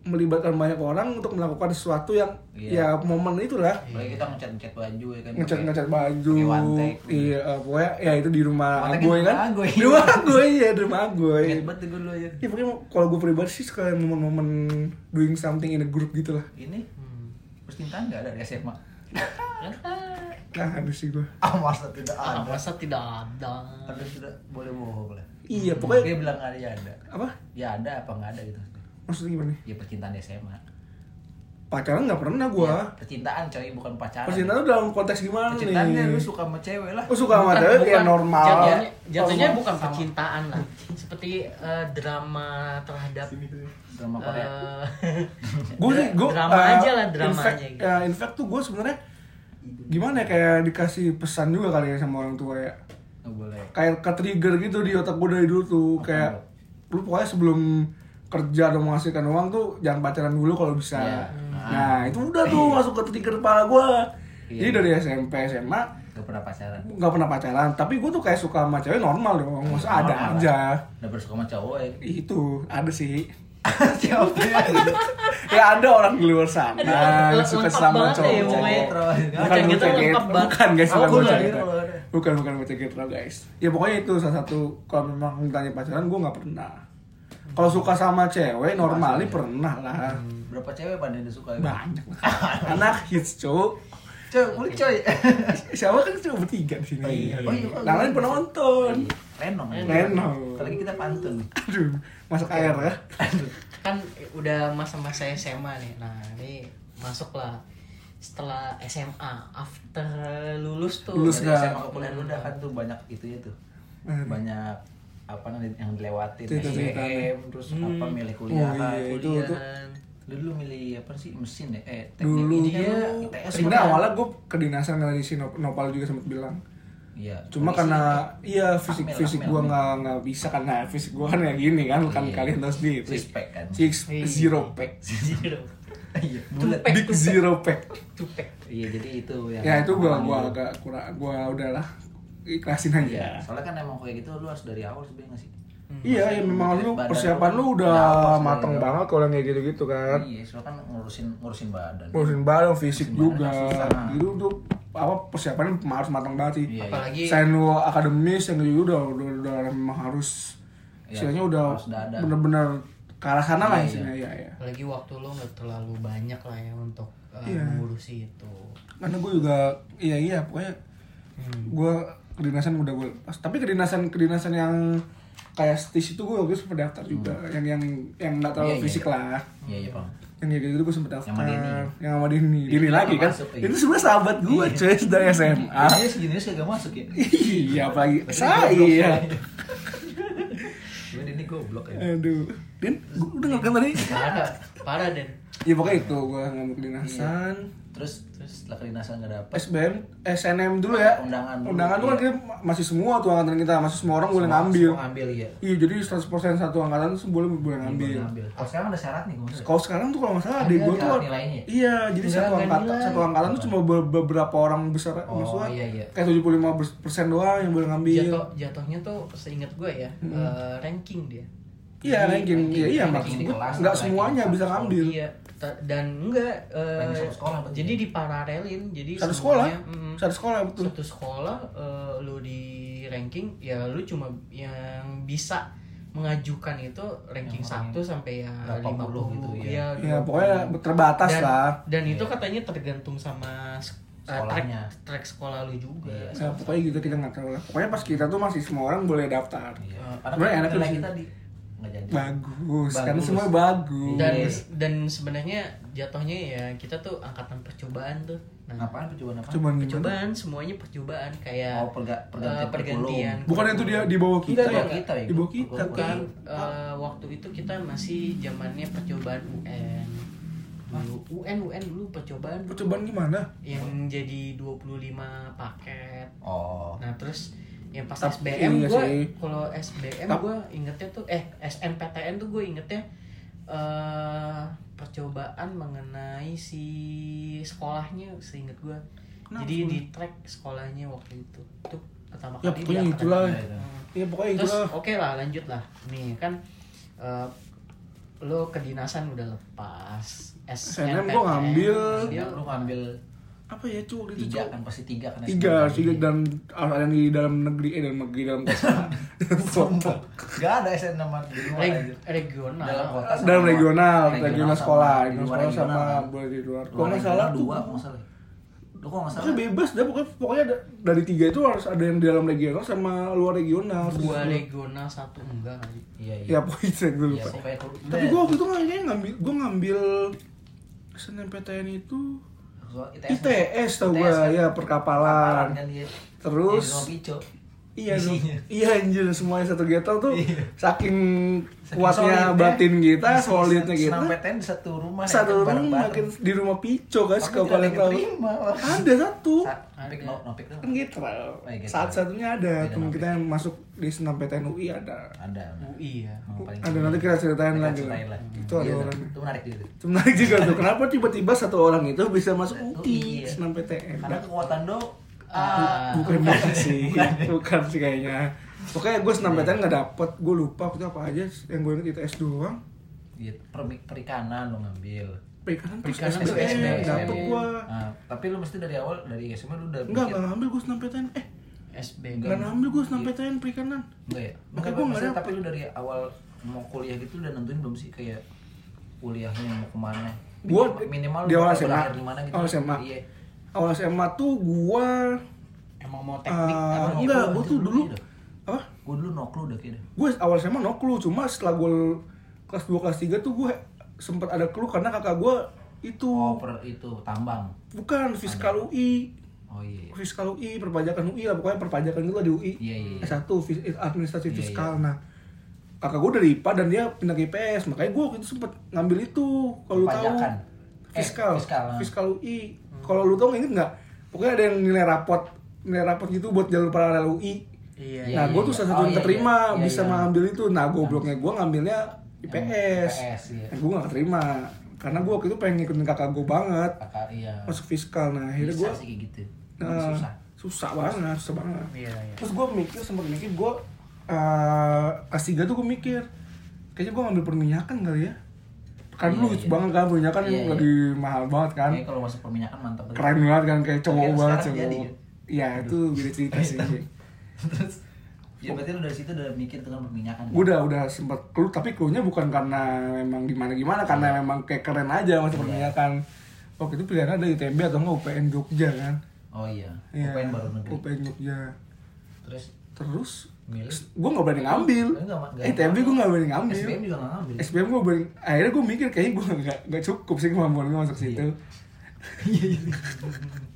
melibatkan banyak orang untuk melakukan sesuatu yang Iya. ya momen itulah Apalagi kita ngecat ngecat baju ya kan ngecat pakai- ngecat baju pakai wantek. iya eh, pokoknya ya itu di rumah Wanteknya agoy di kan rumah Agoy. di rumah agoy ya di rumah agoy Ingat banget tuh gue dulu ya ya pokoknya kalau gue pribadi sih sekalian momen-momen doing something in a group gitu lah ini percintaan nggak ada di SMA nah habis sih gue ah masa tidak Ah, ada masa tidak ada? ada tidak boleh bohong lah dia iya pokoknya bilang ada ya ada apa ya ada apa nggak ada gitu maksudnya gimana ya percintaan SMA pacaran nggak pernah gue Ya, percintaan coy bukan Iya. pacaran percintaan tuh dalam konteks gimana percintaannya nih lu suka sama cewek lah Lu suka sama Bukan- cewek kayak bukan. normal Jatuhnya, jatuhnya Normal. bukan Sama. percintaan lah. Seperti eh, drama terhadap drama Korea eh, gue sih gue drama eh, aja lah drama in fact, aja gitu. ya, in fact tuh gue sebenarnya gimana ya kayak dikasih pesan juga kali ya sama orang tua ya nggak boleh kayak ke trigger gitu di otak gue dari dulu tuh Apa kayak lu pokoknya sebelum kerja atau menghasilkan uang tuh jangan pacaran dulu kalau bisa Iya. nah Ah. itu udah tuh masuk ke trigger kepala gue Iya. jadi dari SMP SMA nggak pernah pacaran nggak pernah pacaran tapi gue tuh kayak suka sama cewek normal dong maksudnya ada Normal lah. aja udah bersuka sama cowok ya itu ada sih cowok ya ada orang di luar sana Aduh, yang lengkap suka sama banget ya, cowok Bung, ya. bukan Bocah bocah getro getro lengkap banget. gitu, bukan guys bukan Aku bocah lagi getro kalau ada. bukan bukan bocah getro guys ya pokoknya itu salah satu kalau memang ditanya pacaran gue nggak pernah kalau suka sama cewek normali pernah lah berapa cewek pada yang disuka banyak anak hits cowok cewek mulut coy siapa kan cuma bertiga di sini Oh, iya. Oh, iya. yang lain pernah nonton Lenong Lenong. Apalagi kita pantun aduh masak air ya Aduh. kan udah masa-masa SMA nih. Nah, ini masuklah setelah SMA after lulus tuh. Lulus Dari nggak? SMA ke kuliah udah kan tuh banyak itunya tuh Hmm. banyak apa namanya yang dilewatin Cerita- ceritanya. SBM terus apa milih kuliah oh iya itu tuh Kuliahan. Lu dulu milih apa sih mesin ya eh teknik dulu ini kan lu ITS sebenarnya kan? awalnya gue kedinasan dari si Nop- Nopal juga sempat bilang iya cuma polisi. karena iya fisik Amel, fisik amel, gua amel. nggak nggak bisa karena fisik gua kan kayak gini kan kan Iya. kalian tahu sendiri six pack kan six Iya. zero pack Zero. iya bulat Pack big tuh. zero pack Tupek. iya jadi itu yang ya itu gua gua Iya. agak kurang gua udahlah ikhlasin aja soalnya kan emang kayak gitu lu harus dari awal sebenarnya nggak sih iya ya memang lu Badan persiapan lu lu udah udah apa mateng sebenarnya? banget kalau yang kayak gitu gitu kan iya soalnya kan ngurusin ngurusin badan ngurusin barang fisik Ngurusin badan juga kan Iya. susah. gitu tuh apa persiapannya harus matang banget sih Iya, Apalagi Selain lu akademis yang gitu udah udah, udah memang harus Iya, istilahnya udah harus dada. bener-bener ke arah sana lah Iya, istilahnya ya ya apalagi waktu lu nggak terlalu banyak lah ya untuk uh, Iya. mengurusi itu karena gue juga iya iya pokoknya gue kedinasan udah gue lepas tapi kedinasan kedinasan yang kayak stis itu gue waktu itu sempet daftar juga yang yang yang nggak Hmm. terlalu Iya, iya, fisik iya. lah iya iya bang yang kayak gitu gue sempet daftar Yang sama Denny. yang sama Denny Denny Denny lagi nggak kan masuk, iya. itu sebenarnya sahabat gue Iya. cuy dari SMA Iya, segini sih gak masuk ya. iya apalagi Ah. saya Berarti goblok iya ya. Cuman ini goblok ya. aduh Din gua udah nggak kan tadi parah parah dan ya pokoknya itu gue ngambil kedinasan Terus terus setelah kedinasan gak dapet SBM SNM dulu ya Undangan dulu, undangan dulu kan iya. kita masih semua tuh angkatan kita masih semua orang boleh semua- ngambil semua ngambil ya. Iya jadi 100% satu angkatan sebulan boleh ngambil. Ngambil. Kalau sekarang ada syarat nih Iya. gue. Kalau sekarang tuh kalau nggak salah Ada adik gue nggak tuh nilainya? iya jadi Nggak, satu nggak angkatan nilai. satu angkatan tuh cuma be- beberapa orang besar Oh, maksudnya iya, iya. kayak 75 persen doang yang boleh ngambil. jatuh jatuhnya tuh seingat gue ya eh, ranking dia Iya Jadi, ranking iya iya ranking maksud di gue kelas, nggak ranking semuanya satu bisa sekolah. ngambil. iya ta- dan enggak eh, Ranking satu sekolah berarti jadi ya? diparalelin jadi Satu sekolah Iya, semuanya, mm, satu sekolah betul. satu sekolah eh, lu di ranking ya lu cuma yang bisa mengajukan itu ranking Yang paling satu sampai ya 80 50 gitu ya. ya. Iya. ya 20. pokoknya terbatas dan, lah Dan itu katanya tergantung sama s- eh, Sekolahnya. Iya. track, track sekolah lu juga. Nah, Ya, pokoknya gitu kita nggak tahu lah pokoknya pas kita tuh masih semua orang boleh daftar Iya. Sebenarnya Karena enak nilai sih. kita di nggak jadi. bagus, karena Bagus. semua bagus Dan Yes. dan sebenarnya jatuhnya ya kita tuh angkatan percobaan tuh. Nah, Apaan percobaan apa? cuman gimana percobaan semuanya percobaan kayak Oh, perga- eh, pergantian pergantian. bukan itu dia di bawah Di kita ya bawah kita ya? di bawah kita Bukan. kan Eh, waktu itu kita masih zamannya percobaan UN. Dulu UN UN dulu percobaan percobaan gimana yang jadi 25 paket. Oh. Nah, terus yang pas Tapi SBM iya gua sih. kalau SBM Tapi- gua ingetnya tuh eh SNPTN tuh gue ingetnya eh percobaan mengenai si sekolahnya seinget gua. Kenapa Jadi sekolah? di track sekolahnya waktu itu. Itu pertama ya kali pokoknya dia itulah Iya, iya. ya pokoknya terus itulah oke lah lanjut lah nih kan eh, lo kedinasan udah lepas SNM gua ngambil. Iya, ngambil. Lu ngambil apa ya cuy waktu itu tiga cuy kan pasti tiga kan tiga tiga dan harus ada yang di dalam negeri eh dalam negeri dalam kota sumpah gak ada SN nomor di luar Reg- anjir. regional Dalam kota sama dalam luar. regional regional sama- sekolah di regional luar sekolah sama regional, kan? boleh di luar kalau Luar nggak regional salah tuh dua kalau nggak salah lu kok nggak salah pokoknya bebas dah pokoknya pokoknya ada- dari tiga itu harus ada yang di dalam regional sama luar regional dua regional satu enggak kali iya iya ya pokoknya itu gue Iya, lupa pokoknya itu tapi gue waktu itu kayaknya ngambil gue ngambil SNMPTN itu Soal ITS tau gue ITS E. kan? ya perkapalan kan dia Terus- Jadi sama pico Iya, Isinya. dong. iya anjir semuanya satu ghetto tuh Iya. saking Saking ya. kuatnya solidnya. batin kita, Bisa- solidnya bisa kita. senam PTN di satu rumah ya, Satu kan, orang makin bareng-bareng. di rumah pico guys Tapi kalau tidak kalian tahu. diterima, Bang. Ada satu. Sa- nopik no nopik doang. Kan gitu. Eh, gitu. Saat satunya ada Beda teman nopi. kita yang masuk di senam PTN UI ada. ada UI ya Emang paling Ada seru. nanti kita ceritain Kita lagi. ceritain lah. lah. Itu ada Iya, orangnya. itu menarik gitu Itu Menarik juga tuh. Kenapa tiba-tiba satu orang itu bisa masuk Satu, UI iya. senam PTN? karena Nah, kekuatan do Ah. bukan bukan sih bukan sih kayaknya pokoknya gue senam PTN nggak dapet gue lupa waktu itu apa aja yang gue inget ITS doang Iya, per- perikanan lo ngambil perikanan terus Perikanan SBM, tuh SBM. dapet gue Nah, tapi lu mesti dari awal dari SMA lu udah enggak nggak ngambil gue senam PTN eh SB nggak ngambil gue senam PTN perikanan Enggak ya? Enggak, Makanya gua nggak maksudnya, dapet. tapi lu dari awal mau kuliah gitu udah nentuin belum sih kayak kuliahnya mau kemana? gue Minimal- minimal di lu awal bakal SMA berakhir di mana gitu. awal SMA Iya. awal SMA tuh gue emang mau Oh, teknik kan? eh, emang enggak gitu, gue tuh gitu dulu gitu. apa Gue dulu noklu udah kayaknya. gue awal SMA no clue cuma setelah gue kelas 2 kelas 3 tuh gue sempet ada clue karena kakak gue itu Oh, per itu tambang. bukan fiskal UI Oh iya. fiskal UI, perpajakan UI lah pokoknya perpajakan itu lah di UI. Iya, iya, iya. S1 fis- eh, administrasi Iya, fiskal. Nah, kakak gue dari IPA dan dia pindah ke IPS, makanya gue waktu itu sempet ngambil itu kalau lu tahu. Perpajakan. Eh, Fiskal, fiskal. Hmm. fiskal UI. Kalau lu tahu inget nggak? Pokoknya ada yang nilai rapot, nilai rapot gitu buat jalur paralel UI. iya Iya, nah, iya, gue tuh iya. salah satu Oh, yang iya, keterima iya. Iya, bisa iya. mengambil itu. Nah, gobloknya gue ngambilnya Yang IPS. IPS, iya. Nah, gue nggak keterima karena gue waktu itu pengen ngikutin kakak gue banget Kakak iya. masuk fiskal. Nah, akhirnya Bisa gue sih kayak gitu. Emang Nah, susah. susah banget susah banget iya iya terus gue mikir sempat mikir gue kelas tiga tuh gue mikir kayaknya gue ngambil perminyakan kali ya kan Iya, lu hits iya. banget kan perminyakan Iya, iya. lagi mahal banget kan Kayaknya kalau masuk perminyakan mantap banget. keren banget kan kayak cowok Tapi banget sekarang cowok jadi Iya. ya? ya itu beda cerita sih Terus Ya berarti lu dari situ udah mikir tentang perminyakan. ya? gue udah udah sempat clue tapi clue-nya bukan karena memang gimana gimana Iya. karena memang kayak keren aja masuk perminyakan waktu itu pilihan ada ITB atau nggak UPN Jogja kan Oh iya. Iya, UPN baru negeri. UPN Jogja Terus terus milih Kan gue nggak berani ngambil Lu nggak ma- nggak ITB gue nggak berani ngambil SBM juga nggak ngambil. SBM gue berani akhirnya gue mikir kayaknya gue nggak nggak cukup sih kemampuan gue masuk situ Iya, iya.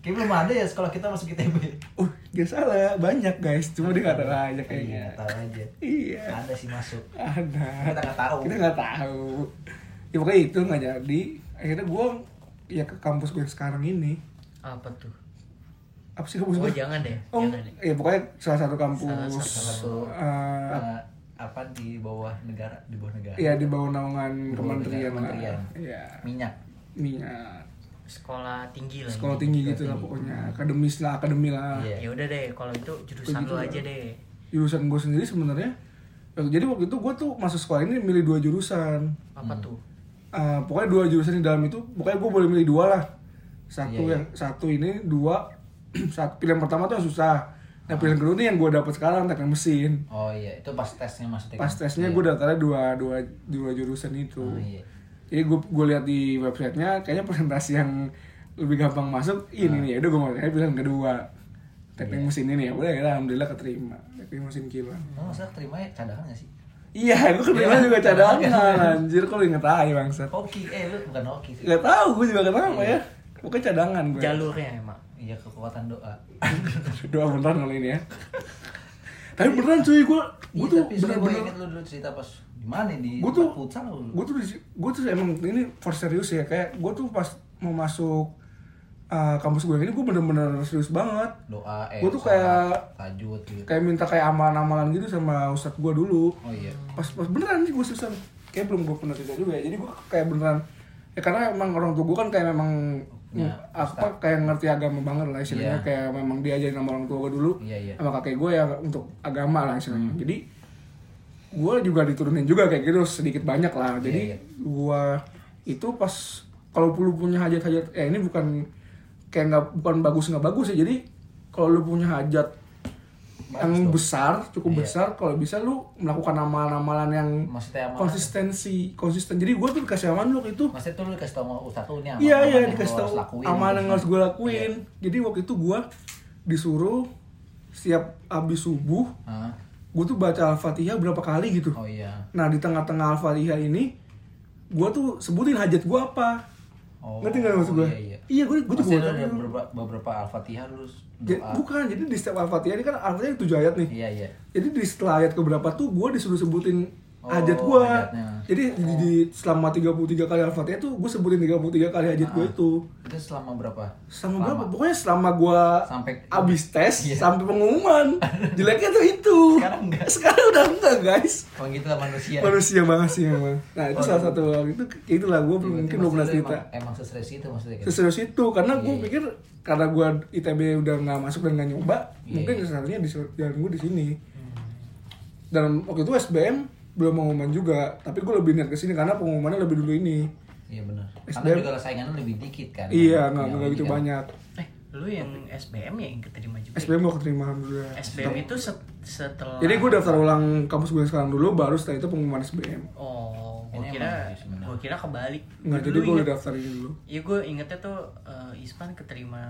Kayaknya belum ada ya sekolah kita masuk ITB. uh gak salah banyak guys cuma dia nggak tahu aja kayaknya Iya, tahu aja. iya Ada sih masuk. ada Kita nggak tahu. kita nggak tahu ya pokoknya itu nggak jadi akhirnya gue ya ke kampus gue yang sekarang ini apa tuh apa sih oh kampus gue iya. jangan deh oh jangan deh ya poknya salah satu kampus Salah satu. eh, Eh, apa di bawah negara, di bawah negara. ya di bawah Di naungan bawah kementerian lah kementerian. Iya. Minyak. minyak sekolah tinggi lah sekolah ini. tinggi gitu lah pokoknya akademis lah akademi lah Iya. ya udah deh kalau itu jurusan Begitu lu lah. aja deh jurusan gue sendiri sebenarnya ya, jadi waktu itu gue tuh masuk sekolah ini milih dua jurusan apa tuh Eh, pokoknya dua jurusan di dalam itu pokoknya gue boleh milih dua lah satu Iya, iya. yang satu ini dua satu pilihan pertama tuh yang susah Nah Ah. pilihan kedua nih yang gue dapat sekarang teknik mesin. Oh iya, itu pas tesnya maksudnya. kan? Pas tesnya gue daftarnya dua dua dua jurusan itu. Oh iya. Jadi gue gue lihat di websitenya kayaknya presentasi yang lebih gampang masuk Ah. ini nih. ya Udah gue mau kayak pilihan kedua teknik Iya. mesin ini ya. Udah akhirnya alhamdulillah keterima teknik mesin kilang. Lo nggak salah terima ya cadangan nggak sih? Iya, gue keterima Iya. juga cadangan anjir. Kok lu inget aja bangsat. Oki, eh lu bukan Oki sih. Gak tau gue juga kenapa ya. Pokoknya cadangan gue. Jalurnya emang. Iya kekuatan doa. Doa beneran kali ini ya. Tapi beneran cuy gue gue Iya, tuh tapi sebenernya gue bener-bener inget lu dulu cerita pas di mana di Gua tuh- tempat futsal lu. gue tuh disi- gua tuh emang ini for serius ya kayak gue tuh pas mau masuk uh, kampus gue yang ini gue bener-bener serius banget doa eh Gua tuh sholat, kayak- tajud gitu. kayak minta kayak amalan-amalan gitu sama ustadz gue dulu Oh iya. pas pas beneran sih gue seriusan kayak belum gue pernah cerita juga ya jadi gue kayak beneran ya karena emang orang tua gue kan kayak memang Punya mm, apa kayak ngerti agama banget lah Iya. istilahnya kayak memang diajarin sama orang tua gue dulu Iya, iya. Hmm. sama kakek gue ya untuk agama lah istilahnya jadi gue juga diturunin juga kayak gitu sedikit banyak lah Iya, iya. jadi gue itu pas kalau lu punya hajat-hajat eh ini bukan kayak nggak bukan bagus nggak bagus ya jadi kalau lu punya hajat yang dong. besar cukup Iya. besar kalau bisa lu melakukan amalan-amalan yang Maksudnya amalan. konsistensi konsisten jadi gue tuh dikasih amalan lu itu Maksudnya tuh lu dikasih tau sama ustaz lu nih amalan- iya iya amalan yang dikasih lu tahu harus lakuin amalan yang gitu. harus gue lakuin jadi waktu itu gue disuruh setiap abis subuh Hah? gue tuh baca al-fatihah berapa kali gitu Oh iya. nah di tengah-tengah al-fatihah ini gue tuh sebutin hajat gue apa Oh, ngerti nggak maksud gue Iya, iya. iya gue gue Maksudnya juga lu ada baca beberapa, beberapa al-fatihah lu terus Ja- doa. bukan jadi di setiap al-fatihah ini kan al-fatihah tujuh ayat nih Iya iya. jadi di setelah ayat keberapa tuh gue disuruh sebutin Oh, hajat gue hajatnya. jadi di, di- selama 33 kali al-fatihah tuh gue sebutin 33 kali hajat gue itu Itu Ah. selama berapa? selama berapa pokoknya selama gue Sampai- abis tes Iya. sampai pengumuman jeleknya tuh itu Sekarang enggak. sekarang udah enggak guys Kalau gitu lah manusia. manusia banget sih emang nah itu Oh, salah satu itu itulah gue Berarti mungkin belum pernah maksud lu cerita Emang, emang seserius itu maksudnya gitu. seserius itu karena gue Iya, iya. pikir karena gue ITB udah nggak masuk dan nggak nyoba Iya, Hmm. mungkin iya. satunya di jalan gue di sini dan waktu itu SBM belum pengumuman juga tapi gue lebih niat kesini karena pengumumannya lebih dulu ini Iya benar. Karena SDM. juga saingannya lebih dikit kan. iya Yang nggak nggak ini gitu kan. banyak Eh, lu yang SBM ya yang keterima juga. ya? SBM gue keterima alhamdulillah SBM itu set- setelah jadi gue daftar ulang kampus gue yang sekarang dulu baru setelah itu pengumuman SBM Oh, gua Ini emang kira sih sebenarnya. gua kira kebalik. nggak Gua jadi dulu gue udah inget- daftar ini dulu Iya gue ingetnya tuh eh, Ispan keterima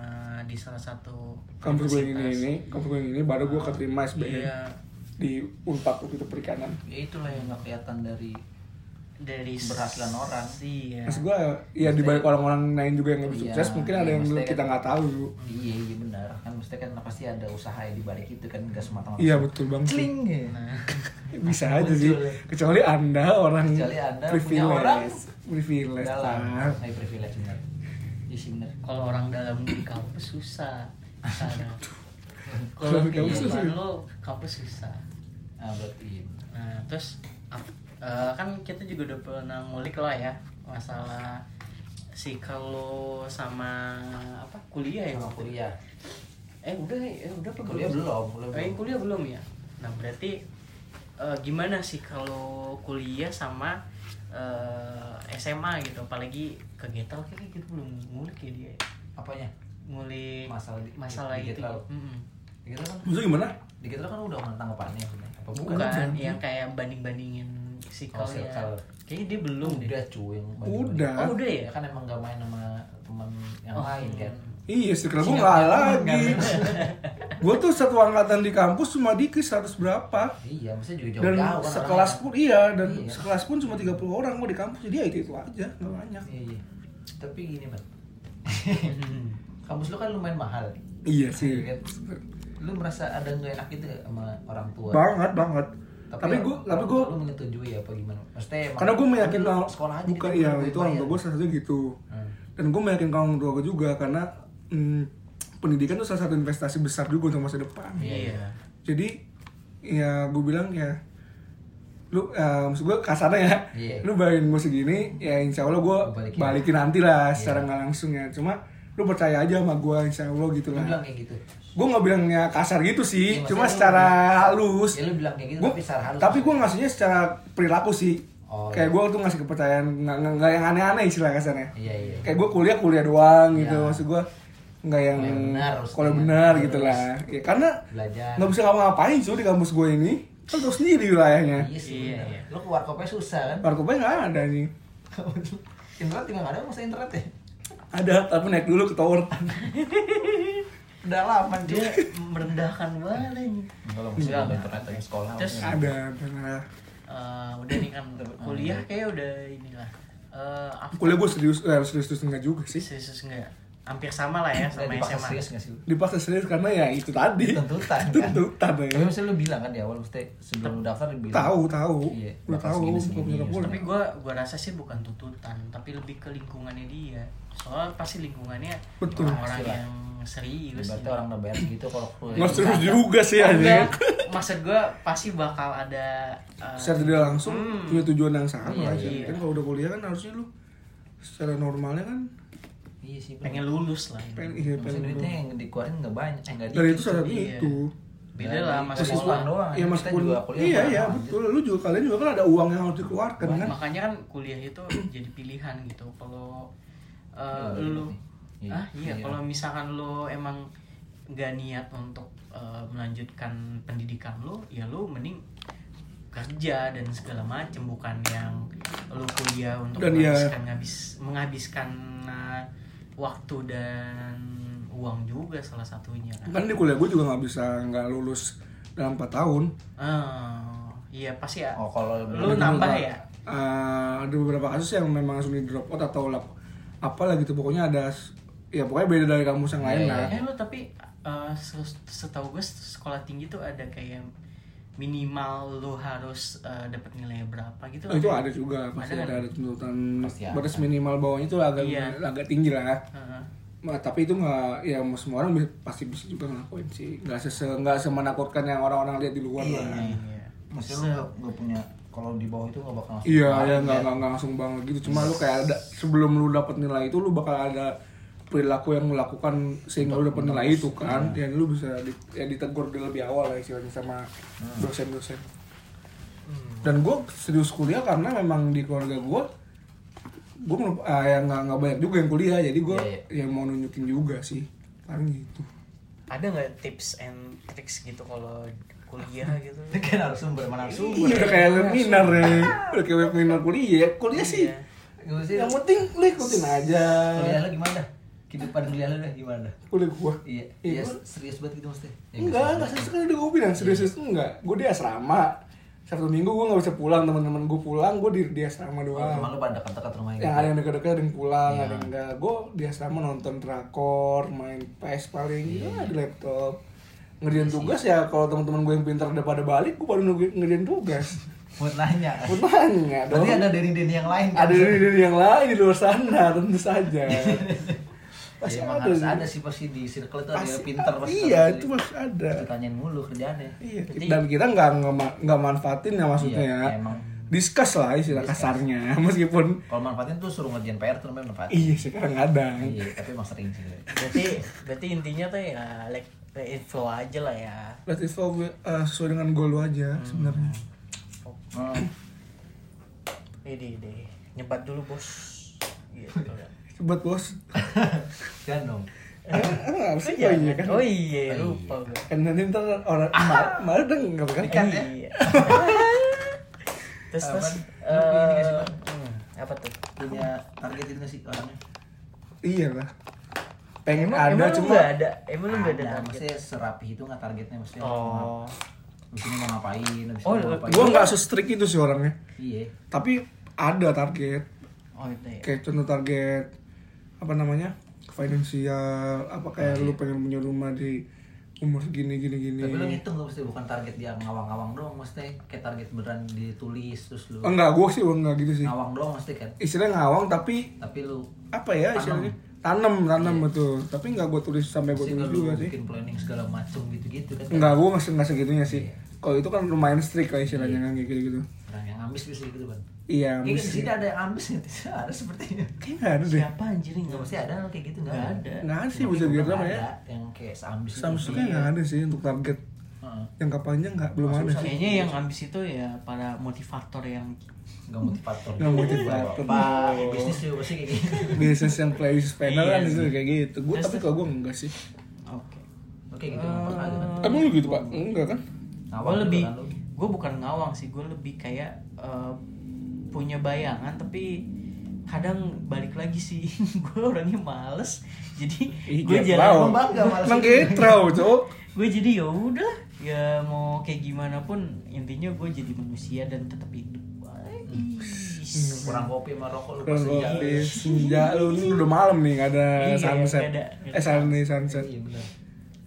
di salah satu kampus gue yang ini universitas. ini kampus gue yang ini baru Ah, gue keterima SBM Iya, di Unpad waktu itu perikanan Ya itulah yang nggak kelihatan dari dari Keberhasilan orang. Iya. Mas gue ya di balik orang-orang lain juga yang lebih Iya, sukses mungkin iya, ada yang maksudnya kita kan- nggak tahu. Iya iya benar kan mesti kan pasti ada usaha yang dibalik itu kan nggak semata-mata. Iya betul bang. sih. Nah, Cling ya. Bisa aja sih. Muncul ya. Kecuali anda orang Kecuali Anda punya orang privilege, privilege. Dalam. Tar. High privilege benar. Iya sih benar. Kalau orang dalam di kampus susah. Sana. Kalau Dalam di kampus susah. kehidupan lo kampus susah. Ah berarti iya. Nah, terus ap- eh, kan kita juga udah pernah ngulik lah ya masalah si kalau sama apa kuliah ya Sama waktu kuliah. eh udah eh udah apa Kuliah belum, kuliah Eh, belum. kuliah belum ya nah berarti eh, gimana sih kalau kuliah sama eh, SMA gitu apalagi ke Getal kayak gitu belum ngulik ya dia Apanya? ngulik Masalah di- masalah di itu Getral. Mm-mm. Dikit kan? Maksudnya gimana? Dikit kan udah menang tanggapannya sebenarnya. Apa bukan, bukan? yang kayak banding bandingin si Oh, kalau ya circle. kayaknya dia belum deh Udah cuy yang Udah. oh udah ya Ya kan emang gak main sama teman yang Oh. lain kan. Iya, circle gue Sini nggak punya teman, lagi. gue tuh satu angkatan di kampus cuma dikis 100 berapa. Iya, maksudnya juga Dan jauh-jauh kan sekelas orangnya. pun iya, dan Iya. sekelas pun cuma 30 orang gue di kampus. Jadi ya itu, itu aja, nggak banyak. Iya, iya. Tapi gini, Bang. Kampus lu kan lumayan mahal. Iya sih. Iya kan? Lu merasa ada nggak enak gitu nggak sama orang tua? Banget, banget. ya, Tapi gue, tapi orang gue tua lu menyetujui apa gimana? Maksudnya emang- karena gue meyakinkan Tapi orang lu sekolah aja bukan gitu, iya lu itu orang tua bayar. gue salah satu gitu Hmm. dan gue meyakinkan orang tua gue juga karena mm, pendidikan itu salah satu investasi besar juga untuk masa depan iya jadi ya gue bilang ya lu eh, maksud gue kasarnya ya Iya. lu bayarin gue segini ya insya allah gue Balikin. Iya. balikin. nanti lah secara nggak langsung ya cuma lu percaya aja sama gue insya allah gitu Lu lah bilang kayak gitu. gue nggak bilangnya kasar gitu sih Iya, cuma maksudnya lu secara bilang- halus Ya lu bilang kayak gitu Gua- tapi secara halus. tapi gue maksudnya. ngasihnya secara perilaku sih Oh, kayak gue tuh ngasih kepercayaan nggak nggak- nggak yang aneh-aneh istilah kasarnya Iya, iya. kayak gue kuliah kuliah doang gitu Iya. maksud gue nggak yang Kalau yang benar harus kalau dengan benar lurus. gitu lah ya karena belajar nggak bisa ngapa-ngapain cuy di kampus gue ini kan tau sendiri wilayahnya iya sih Iya, bener. iya. lu keluar kopnya susah kan Warkopnya nggak ada nih internet juga nggak ada masa internet ya ada tapi naik dulu ke tower udah lama dia merendahkan banget ini. kalau maksudnya ada internet lagi sekolah Terus- maksudnya. ada benar Eh, udah nih kan kuliah kayak udah inilah Eh, apa kuliah gue serius eh, serius serius nggak juga sih serius enggak hampir sama lah ya Udah sama dipaksa SMA serius nggak sih lu? dipaksa serius karena ya itu tadi Tuntutan, kan? tuntutan tapi ya maksudnya lu bilang kan di awal mesti sebelum lu daftar lu bilang tahu tahu Iya, udah bakal tahu segini, bukan segini, punya tapi kuliah gue gua rasa sih bukan tuntutan tapi lebih ke lingkungannya dia soal pasti lingkungannya Betul. orang Pasti lah. yang serius berarti gitu. orang udah bayar segitu kalau lu nggak serius juga sih aja Enggak, maksud gue pasti bakal ada eh, secara tidak langsung Hmm. punya tujuan yang sama Iya, aja iya. kan kalau udah kuliah kan harusnya lu secara normalnya kan iya sih bener. pengen lulus lah ya. pengen iya Maksudnya pengen duitnya yang dikeluarin nggak banyak eh, nggak dari itu dikit. saat iya. itu beda lah Dari masuk uang sekolah doang ya kita meskipun juga kuliah iya bareng iya aja. betul lu juga kalian juga kan ada uang yang harus dikeluarkan kan makanya kan kuliah itu jadi pilihan gitu kalau eh, Iya, lu iya. ah iya Iya. kalau misalkan lu emang gak niat untuk eh, melanjutkan pendidikan lu ya lu mending kerja dan segala macem bukan yang lu kuliah untuk Dan ya- menghabiskan ngabis, menghabiskan eh, waktu dan uang juga salah satunya kan kan di kuliah gue juga nggak bisa nggak lulus dalam 4 tahun Eh, iya pasti ya oh kalau lu nambah ya Eh, ada beberapa kasus yang memang langsung di drop out atau lap, apalah gitu pokoknya ada s- ya pokoknya beda dari kampus yang Iya, lain lah Eh lu tapi uh, se- setahu gue sekolah tinggi tuh ada kayak minimal lu harus uh, dapat nilai berapa gitu. Oh, itu ada juga pasti Ada ada, kan? ada tuntutan iya. Pasti ada. batas minimal bawahnya itu agak Iya. agak tinggi lah Heeh. Ma, tapi itu nggak ya mau semua orang bisa- pasti bisa juga ngelakuin sih nggak sese nggak semenakutkan yang orang-orang lihat di luar lah Iya. maksudnya lu nggak- nggak punya kalau di bawah itu nggak bakal langsung iya kemarin ya nggak nggak nggak langsung banget gitu cuma lu kayak ada sebelum lu dapat nilai itu lu bakal ada perilaku yang melakukan sehingga lu dapat nilai itu kan dan lu bisa di, ya ditegur di lebih awal lah istilahnya sama dosen-dosen dan gue serius kuliah karena memang di keluarga gue gue yang ah, ya, nggak nggak banyak juga yang kuliah jadi gue Iya, yang mau nunjukin juga sih paling gitu Ada nggak tips and tricks gitu kalau kuliah gitu? Ini kan harus sumber mana harus sumber Iya, udah kayak webinar ya. Udah kayak webinar kuliah. Kuliah sih. Iya. Gak usah Yang penting lu ikutin aja. eh. kuliah lu gimana dah? kehidupan kuliah lu dah gimana dah? Kuliah gua. iya Iya, iya gua- serius banget gitu maksudnya Ya, serius Enggak, enggak banget. serius kan udah gue Iya. bilang serius enggak. Gue di asrama. Sabtu minggu gue nggak bisa pulang teman-teman gue pulang gue di, di asrama Kalau doang. teman lu pada gitu dekat-dekat rumah yang ada yang dekat-dekat ada yang pulang Iya. ada yang enggak gue biasa mau nonton drakor main PS paling Iya. ya, di laptop ngerjain tugas ya kalau teman-teman gue yang pintar udah pada balik gue baru nunggu- ngerjain tugas mau nanya gue nanya dong berarti ada dari dini yang lain kan? ada dari dari yang lain di luar sana tentu saja ya, pasti emang Iya, ada harus ada sih pasti di circle itu ada yang Pasti- pinter pasti iya kalau itu masih ada ditanyain mulu kerjaannya iya dan kita nggak ngema- nggak manfaatin ya maksudnya Iya, ya emang. discuss lah istilah kasarnya meskipun kalau manfaatin tuh suruh ngerjain PR tuh namanya manfaatin iya sekarang ada iya tapi emang sering sih Berarti berarti intinya tuh ya like, like info aja lah ya. Let it flow uh, sesuai dengan goal lu aja sebenarnya Hmm. Ini deh nyebat dulu bos. Gitu. buat bos Jangan dong. emang harus Kan sih iya jangan. kan Oh iya lupa gue. kan nanti ntar orang ma- malah denger kan Iya. terus terus eh, hmm, Apaan? Lu punya ini gak sih, Pak? apa tuh? Punya target itu sih orangnya. iya lah pengen Emang, ada emang lu cuma nggak ada, emang lu nggak ada Ada, target? maksudnya serapi itu nggak targetnya maksudnya. Oh, Habis ini mau ngapain? Habis Oh, ini mau lu- ngapain? gue nggak se-strict itu sih orangnya Iya. tapi ada target oh itu ya. kayak contoh target apa namanya finansial apa kayak lu pengen punya rumah di umur segini gini gini Tapi lu ngitung nggak mesti bukan target dia ngawang-ngawang doang mesti kayak target beneran ditulis terus lu enggak gue sih enggak gitu Oh, sih ngawang doang mesti kan. istilah ngawang tapi Tapi lu apa ya istilahnya tanam tanam betul tapi enggak gue tulis sampai gue mesti Iya. tulis nggak lu juga sih bikin planning segala macem gitu-gitu kan. enggak gue masih nggak segitunya sih kalau itu kan lumayan strict lah istilahnya kan kayak gitu gitu Orang yang ambis bisa gitu kan. iya Iya kan di mesti sini ada yang ambis gitu. Ada sepertinya. kayaknya nggak ada gitu deh Nah, Siapa anjir Nggak nggak mesti ada yang kayak gitu nggak ada. nggak ada sih Tapi bisa gua gitu bilang namanya ada Yang kayak seambis itu. Samsung kayaknya nggak ada sih untuk target Heeh. jangka panjang nggak belum Masuk ada sana. sih Kayaknya yang abis itu ya para motivator yang Gak motivator. Nggak motivator. Pak, bisnis juga pasti kayak gitu. bisnis yang play with panel Iya kan sih. itu kayak gitu gue tapi kalau gue enggak sih oke. Oke gitu emang Ah. pernah gitu kan. emang lu gitu pak enggak kan Gue Awal lebih juga kan lu. gue bukan ngawang sih, gue lebih kayak eh, punya bayangan tapi kadang balik lagi sih gue orangnya males jadi gue Bau. jalan Emang bangga malas emang gitu. getrau cowok gue jadi ya udah ya mau kayak gimana pun intinya gue jadi manusia dan tetap hidup Wais. Hmm. Kurang kopi sama rokok lu Kurang pasti ya. kopi senja lu ini udah malam nih nggak ada Iya, sunset nggak ada, nggak ada. eh sunset sunset Iya benar.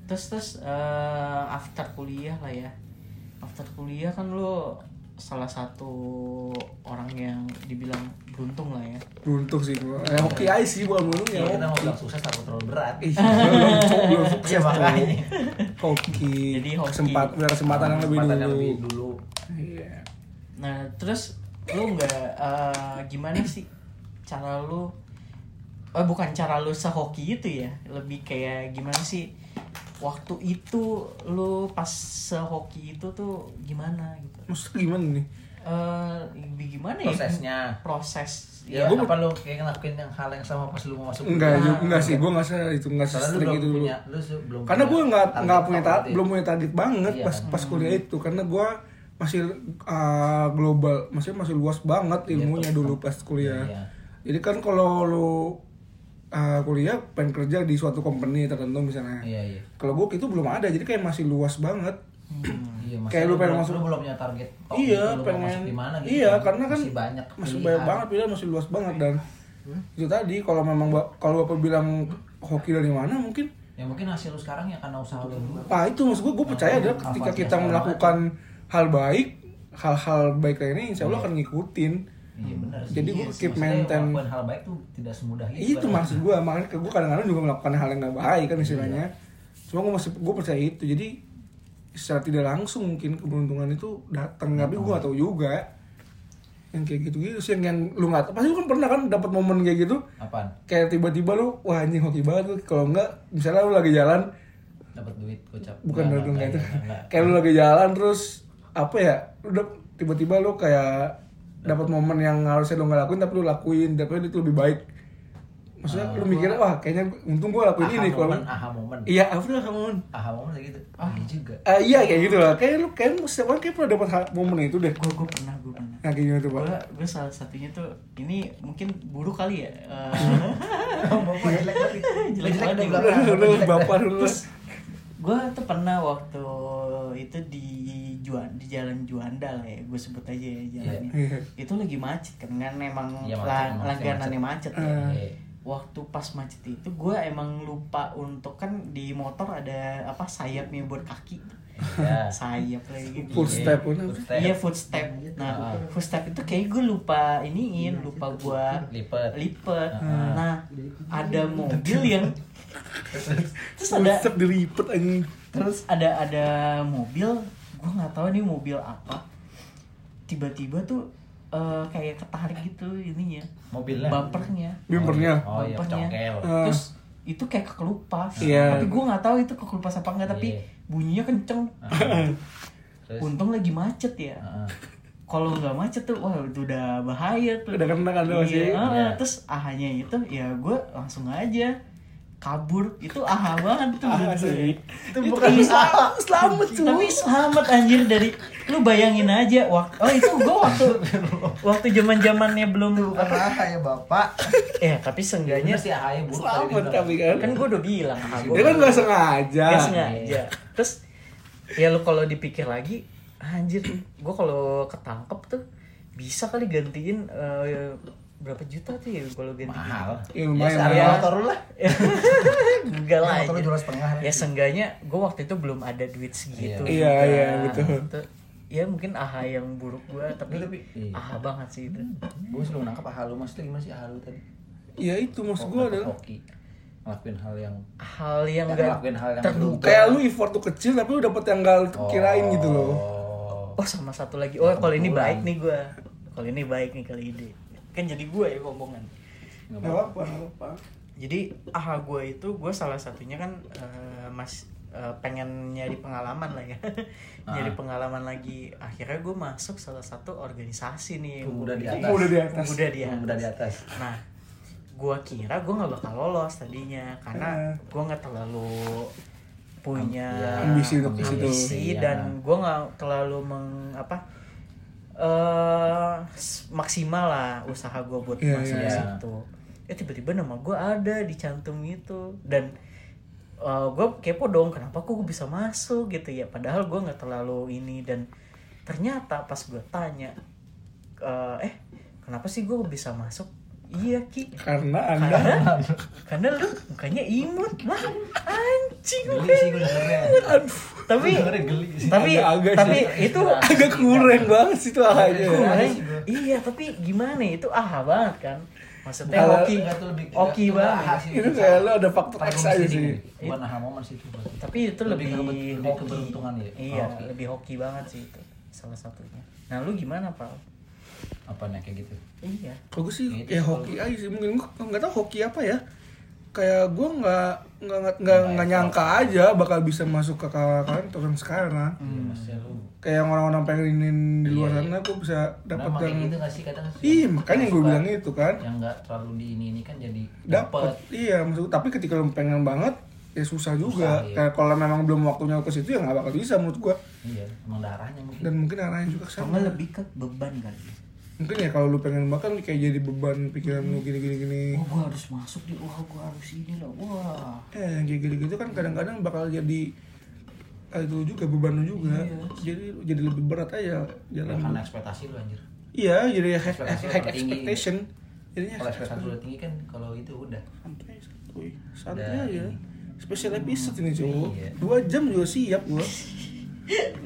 terus terus eh, after kuliah lah ya after kuliah kan lo salah satu orang yang dibilang beruntung lah ya beruntuk sih gue eh, hoki aja sih bukan beruntung ya Kalau Iya, kita mau hoki bilang sukses takut terlalu berat. Ih, belum belum Iya sukses makanya. tuh hoki Jadi hoki. kesempatan udah kesempatan yang lebih Kesempatan yang dulu lebih dulu. iya nah terus lo nggak eh, gimana sih cara lo eh bukan cara lo sehoki itu ya lebih kayak gimana sih waktu itu lo pas sehoki itu tuh gimana gitu maksudnya gimana nih eh Iya. gimana ya Prosesnya. proses Ya, ya, apa lu kayak ngelakuin yang hal yang sama pas lu mau masuk enggak kuliah? juga enggak sih gue nggak sadar itu nggak Soalnya lu sering belum gitu dulu punya, lu se- belum karena gue punya nggak target nggak punya apa target, gitu ya. belum punya target banget Iya, pas kan? pas kuliah itu karena gue masih uh, global masih masih luas banget ilmunya tuh. dulu pas kuliah Iya. jadi kan kalau lo uh, kuliah pengen kerja di suatu company tertentu misalnya Iya iya. kalau gue itu belum ada jadi kayak masih luas banget Iya, maksudnya Hmm. Kayak lu pengen belum- masuk- lu belum punya target. oh, iya gitu, lu mau pengen masuk di mana gitu. iya karena kan masih banyak Hmm? masih pilihan. banyak banget pilihan masih luas banget dan itu tadi kalau memang ba- kalau bapak bilang hoki dari mana mungkin Ya mungkin hasil lu sekarang ya karena usaha lu dulu. Nah itu maksud gue, gue percaya adalah ketika Apa, kita ya, melakukan hal baik, hal-hal baik lainnya insya Allah akan ngikutin. Iya benar sih. Jadi gue Iya sih, keep maksudnya maintain. melakukan hal baik tuh tidak semudah itu. Itu kan. maksud gue, makanya gue kadang-kadang juga melakukan hal yang gak baik kan istilahnya. Iya. Cuma gue masih gue percaya itu, jadi secara tidak langsung mungkin keberuntungan itu datang tapi gue gak tahu juga yang kayak gitu-gitu sih yang, yang lu nggak pasti lu kan pernah kan dapat momen kayak gitu Apaan? kayak tiba-tiba lu wah anjing hoki banget lu. kalau enggak misalnya lu lagi jalan Dapat duit gocap. bukan Enggak, dagang enggak, kayak itu enggak, enggak. kayak lu lagi jalan terus apa ya lu dap- tiba-tiba lu kayak dapat momen yang harusnya lu nggak lakuin tapi lu lakuin tapi itu lebih baik maksudnya lu mikirnya wah kayaknya untung gua lakuin Aha ini kalau momen, aha momen. iya apa kamu Aha momen kayak gitu. Ah, iya juga. Ah iya kayak gitu lah kayak lu kayak setiap orang kayak pernah dapat hal- momen itu deh gue gue pernah gue pernah nah kayak gimana tuh pak gue gue salah satunya tuh ini mungkin buruk kali ya Eh, Bapak jelek lagi. Jelek Jelek banget di ya. belakang. lu bapak lu terus gue tuh pernah waktu itu di Juan di jalan Juanda lah ya gue sebut aja ya jalannya Iya. itu lagi macet kan kan emang Iya, macet, lang- emang masih langganannya macet, ya. Iya. waktu pas macet itu gue emang lupa untuk kan di motor ada apa sayapnya buat kaki Iya. sayap lagi gitu Full step, Iya, bener. full step. gitu. Iya footstep. Nah, footstep itu kayak gue lupa iniin, lupa gua Iya, gitu. Lipet. lipet. Heeh. Iya. Nah, ada mobil yang terus ada Buset dilipet anjing terus ada ada mobil, gua nggak tahu ini mobil apa. Tiba-tiba tuh eh, kayak ketarik gitu ininya, Mobilnya. bumpernya. bumpernya Oh iya, Bumpernya. congkel. Eh. Terus itu kayak kekelupas. Iya. Tapi gua nggak tahu itu kekelupas apa enggak, tapi Iya. bunyinya kenceng. Terus Untung lagi macet ya. Heeh. kalau nggak macet tuh wah itu udah bahaya tuh Udah kena kan lu masih? iya, ah, Iya. terus ahanya itu ya gue langsung aja kabur itu aha banget tuh Ah, sih. itu bukan tapi- salah selamat cuy tapi selamat anjir dari lu bayangin aja waktu oh itu gue waktu waktu zaman zamannya belum Bukan aha ya, Bapak. ya tapi seenggaknya Kayaknya sih ahaya buruk kali selamat dibilang. tapi kan kan gue udah bilang aha gua dia kan nggak Iya. sengaja Dia sengaja. Iya. Terus ya lu kalau dipikir lagi, anjir, gua kalau ketangkep tuh bisa kali gantiin eh, berapa juta tuh ya kalau ganti mahal. Ya, lumayan. Iya, sehari Ya. motor lu lah. Enggak lah. Motor lu anjir. jual setengah. Ya seenggaknya gua waktu itu belum ada duit segitu. Iya. Iya, juga. iya, betul. Itu, ya mungkin aha yang buruk gua tapi, gitu. Tapi- iya. Hmm. aha banget sih itu. Gue sebelum nangkap aha lu, maksudnya gimana sih aha lu tadi? ya itu maksud gue adalah Hoki. Ngelakuin hal yang Hal yang Ya, enggak ngelakuin hal yang terduga. kayak lu effort tuh kecil tapi lu dapet yang gak lu kirain gitu loh Oh. Oh sama satu lagi. Oh kalau ini Kebetulan. baik nih gua. Kalau ini baik nih kali ini. Kan jadi gua ya omongan. nggak apa-apa nggak apa-apa jadi aha gue itu gue salah satunya kan eh, mas eh, pengen nyari pengalaman lah ya nyari Ah. pengalaman lagi akhirnya gue masuk salah satu organisasi nih Pemuda di Jadi, atas. Pemuda di atas. pemuda di Pemuda di atas. atas. nah gue kira gue nggak bakal lolos tadinya karena Eh. gue nggak terlalu punya Ambisi untuk ke situ. ambisi ya, Iya. dan gue nggak terlalu meng apa eh s- maksimal lah usaha gue buat Iya, masuk iya. ke situ ya tiba-tiba nama gue ada dicantum gitu dan gue kepo dong kenapa kok gua bisa masuk gitu ya padahal gue nggak terlalu ini dan ternyata pas gue tanya eh, eh kenapa sih gue bisa masuk iya ki Karena anda karena karena lu mukanya imut lah anjing Geli mukanya sih gue dengernya. imut. Aduh, tapi Gue dengernya geli sih. tapi Agak-agak sih. tapi itu agak kurang banget sih itu Kurang. aja. Kurang. sih gua. iya tapi gimana ya, itu aha banget kan maksudnya Kalau- oki Nggak tuh lebih- oki nggak- nggak aha banget sih, Itu bisa. kayak lu ada faktor Bukan X momen aja sih, sih. Bukan aha momen sih itu. tapi itu lebih ke- lebih hoki. keberuntungan ya. iya Ah, Hoki. lebih hoki banget sih itu salah satunya nah lu gimana pak Apa nih kayak gitu? iya Kalau gue sih Ya, itu ya kalau- hoki aja sih mungkin gue nggak tahu hoki apa ya. Kayak gue nggak nggak nggak- nggak nggak nyangka aja bakal bisa masuk ke kalian tahun sekarang. Iya, maksudnya lu. Kayak yang orang-orang pengenin di luar Iya, sana gue bisa dapat Nah, yang makanya gitu nggak sih kadang suka- Iya makanya gue suka bilang itu kan Yang nggak terlalu di ini ini kan jadi dapat iya maksud tapi ketika lo pengen banget ya susah juga Susah, iya. kayak kalau memang belum waktunya ke situ ya nggak bakal bisa menurut gua Iya, emang darahnya mungkin. dan mungkin arahnya juga ke sana lebih ke beban kali ya. mungkin ya kalau lu pengen bahkan kayak jadi beban pikiran lu gini gini gini Wah, Oh, gua harus masuk di wah gua harus ini lah. Wah. eh yang kayak gitu gitu kan kadang-kadang bakal jadi eh, itu juga beban lu juga jadi jadi lebih berat Ya, aja jalan Iya. karena ekspektasi lu anjir. iya jadi high, Ekspektasi high lu tinggi. expectation jadinya Kalau ekspektasi lu tinggi kan kalau itu udah. santai santuy santai Udah, aja special episode ini cowok Iya. dua jam juga siap gua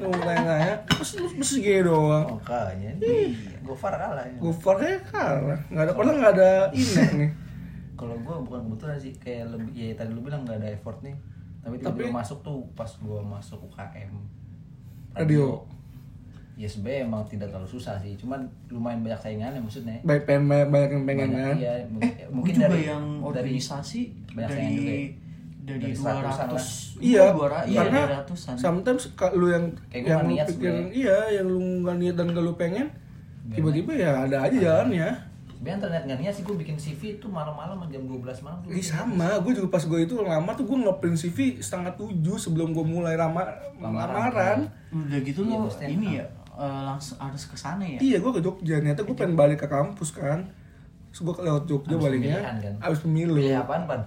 lu nanya pas lu mesti gini doang Makanya. Oh, Gofar kalah ya. gue kayak kalah nggak ada pernah nggak ada inek nih Kalau gua bukan kebetulan sih kayak lebih ya tadi lu bilang nggak ada effort nih. Tapi tiba-tiba Tapi- masuk tuh pas gua masuk UKM. Radio. Ya sebenarnya emang tidak terlalu susah sih, cuman lumayan banyak saingannya maksudnya. baik pengen banyak, banyak yang pengen Banyak, kan iya, mung- Eh, ya, mungkin juga yang organisasi banyak dari yang juga ya. dari Dari dua 100-an lah. ratus Iya, karena karena ratusan sometimes kalau lu yang Kayak gua yang nggak lu niat pikirin iya, yang lu nggak niat dan gak lu pengen, tiba-tiba ya ada aja jalannya. Sebenarnya internet nggak niat sih gue bikin CV itu malam-malam jam 12 malam tuh. Ini sama, gue juga pas gue itu lama tuh gue ngeprint CV setengah tujuh sebelum gue mulai lama lamaran. udah gitu Iya, lo maksudnya, ini ya eh, langsung harus ke sana ya Iya, gue ke Jogja. Ternyata gue pengen balik ke kampus kan. Terus gue lewat Jogja Abis baliknya. pemilihan kan? Abis pemilu. Pilih apaan, Pan?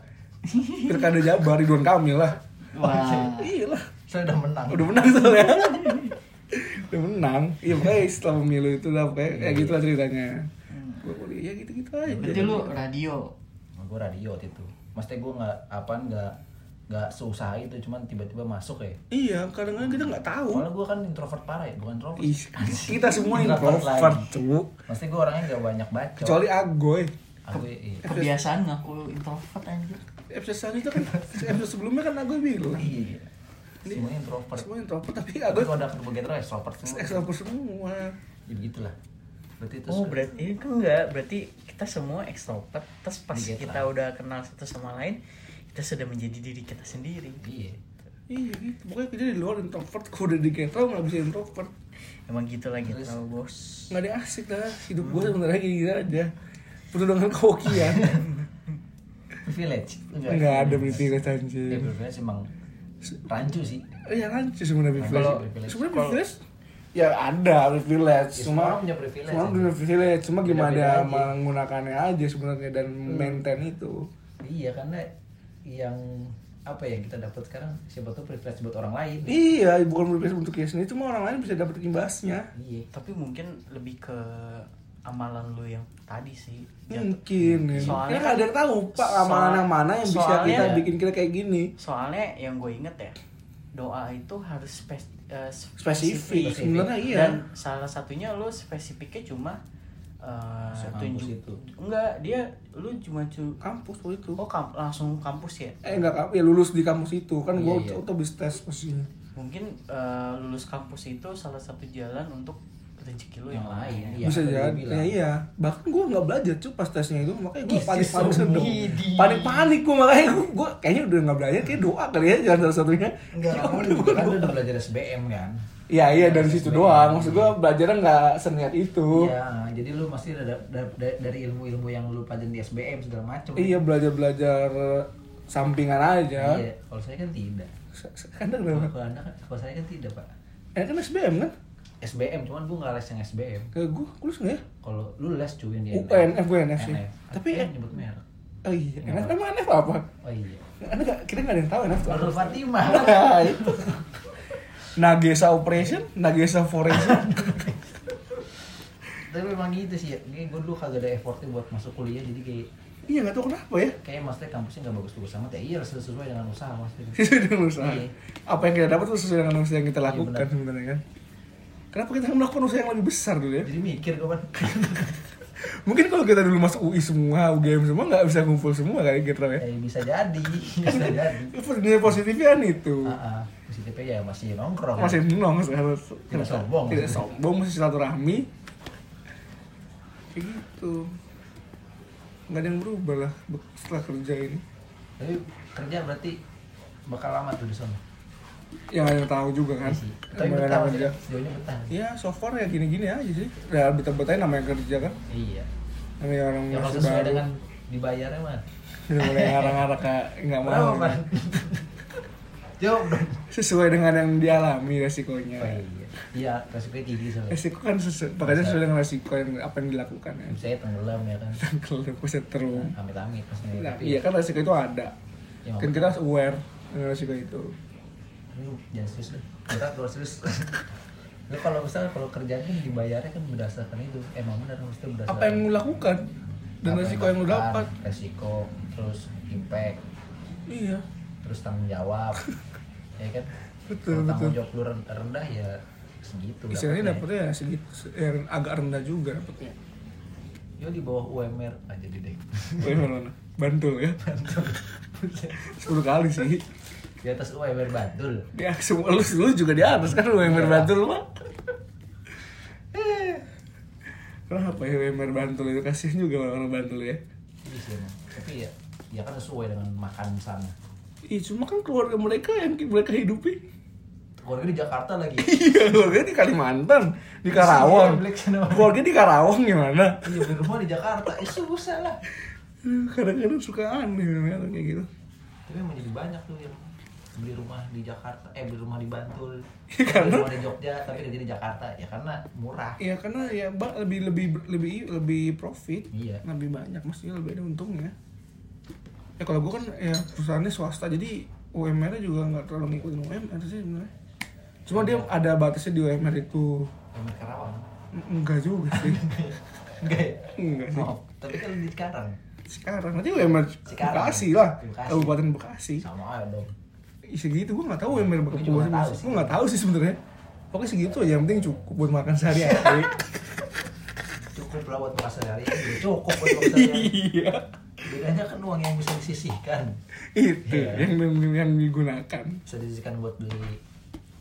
Pilkada Jabar, Ridwan Kamil lah. wah Iya lah. Saya udah menang. Udah menang soalnya. Udah menang. Iya, pokoknya setelah pemilu itu lah. Pokoknya kayak Iya. gitu lah ceritanya. Hmm. Gue kuliah ya gitu-gitu aja. berarti lo radio gue radio waktu itu. Maksudnya gue nggak apaan nggak nggak susah itu, cuman tiba-tiba masuk ya. Iya, kadang-kadang kita nggak tahu. Soalnya gue kan introvert parah ya, bukan introvert. Ih, kita semua Introvert introvert, lagi. tuh. Maksudnya gue orangnya nggak banyak baca. Kecuali Agoy. Aku iya. kebiasaan ngaku introvert anjir Episode selanjutnya kan, episode sebelumnya kan Agoy bilang. Iya. Semuanya introvert. Semua introvert, tapi Tapi Agoy kalau ada berbagai terus extrovert semua. extrovert semua. Ya begitulah. Berarti itu. oh berarti itu enggak berarti kita semua ekstrovert terus pas Digital. kita udah kenal satu sama lain kita sudah menjadi diri kita sendiri Iya. Iya gitu, pokoknya kerja di luar introvert, kalau udah di ghetto nggak bisa introvert emang gitu lagi Terus- tau bos Nggak ada asik lah, hidup gue sebenarnya gini gini aja Penuh dengan kehokian Privilege. Iya. Nggak ada Gitu. privilege anjir Ya privilege emang rancu sih. Iya kan, sih sebenarnya privilege Kalau- Sebenarnya privilege Ya ada Ya, privilege, semua cuma orang punya privilege Semua orang aja. punya privilege, cuma gimana Beda-beda dia aja. menggunakannya aja sebenarnya dan maintain itu Iya karena yang apa ya, yang kita dapat sekarang siapa tuh privilege buat orang lain. Iya, bukan privilege untuk dia sendiri, cuma orang lain bisa dapat imbasnya Iya. tapi mungkin lebih ke amalan lu yang tadi sih Jatuh- Mungkin Soalnya ya, soalnya kan ada yang tahu pak soal- amalan yang mana yang bisa soalnya- kita bikin kita kayak gini soalnya yang gue inget ya doa itu harus spes- eh, spesifik Spesifik. sebenarnya iya dan salah satunya lo spesifiknya cuma eh, Masuk kampus itu. enggak dia lu cuma cu- kampus waktu itu oh kam- langsung kampus ya eh enggak kampus ya lulus di kampus itu kan gua Iya, iya. waktu itu habis tes pastinya mungkin eh, lulus kampus itu salah satu jalan untuk rezeki lu Yang lain, iya. bisa tadi gua jadi bilang. ya, iya bahkan gue nggak belajar cuy pas tesnya itu makanya gue Ih, panik panik si sombong. panik panik gue makanya gue kayaknya udah nggak belajar kayak doa kali ya jalan salah satunya Enggak, kamu juga kan udah belajar SBM kan? Iya iya dari situ SBM. doang maksud gue belajarnya nggak seniat itu Iya, jadi lu pasti ada, da- da- dari ilmu-ilmu yang lu pelajarin di SBM segala macam. iya ya. belajar belajar sampingan aja Iya, kalau saya kan tidak. kan Kalau kenapa kalau anda, kalau saya kan tidak pak. eh kan SBM kan SBM, cuman gua nggak les yang SBM. kayak gue kulus nggak ya Kalau lu les cuy yang di UNF gue NF sih NF. ya. tapi Eh, nyebut merek. oh iya Nggak NF apa. emang NF apa Oh iya. Anda nggak kita nggak ada yang tahu NF tuh Kalau Fatimah. Nah, itu. Nagesa operation, Nagesa forensic. Tapi memang gitu sih ya. Kayak gue dulu kagak ada effortnya buat masuk kuliah jadi kayak iya nggak tahu kenapa ya. kayak maksudnya kampusnya nggak bagus-bagus amat ya iya harus sesuai dengan usaha maksudnya Sesuai dengan usaha. Iya. Apa yang kita dapat tuh sesuai dengan usaha yang kita lakukan benar. sebenarnya kan. Kenapa kita nggak melakukan usaha yang lebih besar dulu ya? jadi mikir gue kan Mungkin kalau kita dulu masuk UI semua, UGM semua nggak bisa ngumpul semua kayak gitu ya. eh, bisa jadi bisa jadi Nilai positifnya kan itu. ah ah. positifnya ya masih nongkrong Oh, Masih menong sekarang. Iya. Tidak sombong. Tidak sombong, masih silaturahmi. Kayak gitu. Nggak ada yang berubah lah setelah kerja ini. tapi kerja berarti bakal lama tuh di sana Kan? yang ada yang tahu juga kan Iya sih. tapi Yang betah ada maksudnya kerja jauhnya betah Iya. ya so far ya gini-gini aja sih ya betah-betahnya namanya kerja kan iya namanya orang ya kalau masih sesuai baru dengan dibayarnya mah udah mulai ngarang-ngarang kayak nggak mau berapa pak jawab dong sesuai dengan yang dialami resikonya oh, iya iya resikonya tinggi soalnya resiko kan sesuai makanya Iya. sesuai dengan resiko yang apa yang dilakukan ya saya tenggelam ya kan kalau bisa terus amit-amit maksudnya nah, tapi iya kan resiko itu ada Ya, kan kita harus aware dengan resiko itu Lu jangan serius deh berat kalau serius lu kalau misalnya kalau kerjaan kan dibayarnya kan berdasarkan itu emang benar mesti berdasarkan apa yang lu lakukan dan Apa resiko yang lu dapat resiko terus impact iya terus tanggung jawab ya kan Betul, Kalau tanggung betul. jawab lu ren- rendah ya segitu istilahnya dapatnya. dapetnya segitu eh, agak rendah juga dapetnya yo di bawah UMR aja deh deh Wih, mana? Bantul ya? 10 kali sih. di atas UMR Bantul Ya, semua lu, lu juga di atas kan UMR Bantul, Pak. Eh. Kenapa ya UMR Bantul itu kasihan juga orang-orang Bantul ya? Iya sih emang. tapi ya ya kan sesuai dengan makan sana Ih, cuma kan keluarga mereka yang ki- mereka hidupi. keluarga di Jakarta lagi Iya, keluarga di Kalimantan, di Iya, Karawang. Black Cinema. Keluarga di Karawang gimana? iya beli rumah di Jakarta eh susah lah Aduh, Kadang-kadang suka aneh memang kayak gitu. tapi emang jadi banyak tuh yang beli rumah di Jakarta eh beli rumah di Bantul Iya, karena- beli rumah di Jogja tapi kerja di Jakarta ya karena murah Ya karena ya ba- lebih lebih lebih lebih profit, Iya. lebih banyak maksudnya lebih ada untungnya. Ya kalau gue kan ya perusahaannya swasta jadi UMR-nya juga nggak terlalu ngikutin UMR sih sebenarnya. Cuma dia Iya. ada batasnya di UMR itu Emang di Karawang N- enggak juga sih. enggak ya enggak sih. Maaf, tapi kan di sekarang Sekarang nanti UMR Sekarang. Bekasi lah, Bekasi. Kabupaten Bekasi. sama aja dong Ih, segitu gue nggak tahu UMR Gua Bekasi. juga nggak tahu Gue nggak tahu sih sebenarnya. Pokoknya segitu aja yang penting cukup buat makan sehari-hari. cukup lah buat makan sehari ya cukup buat makan sehari iya. bedanya kan uang yang bisa disisihkan itu Iya. yang yang digunakan bisa disisihkan buat beli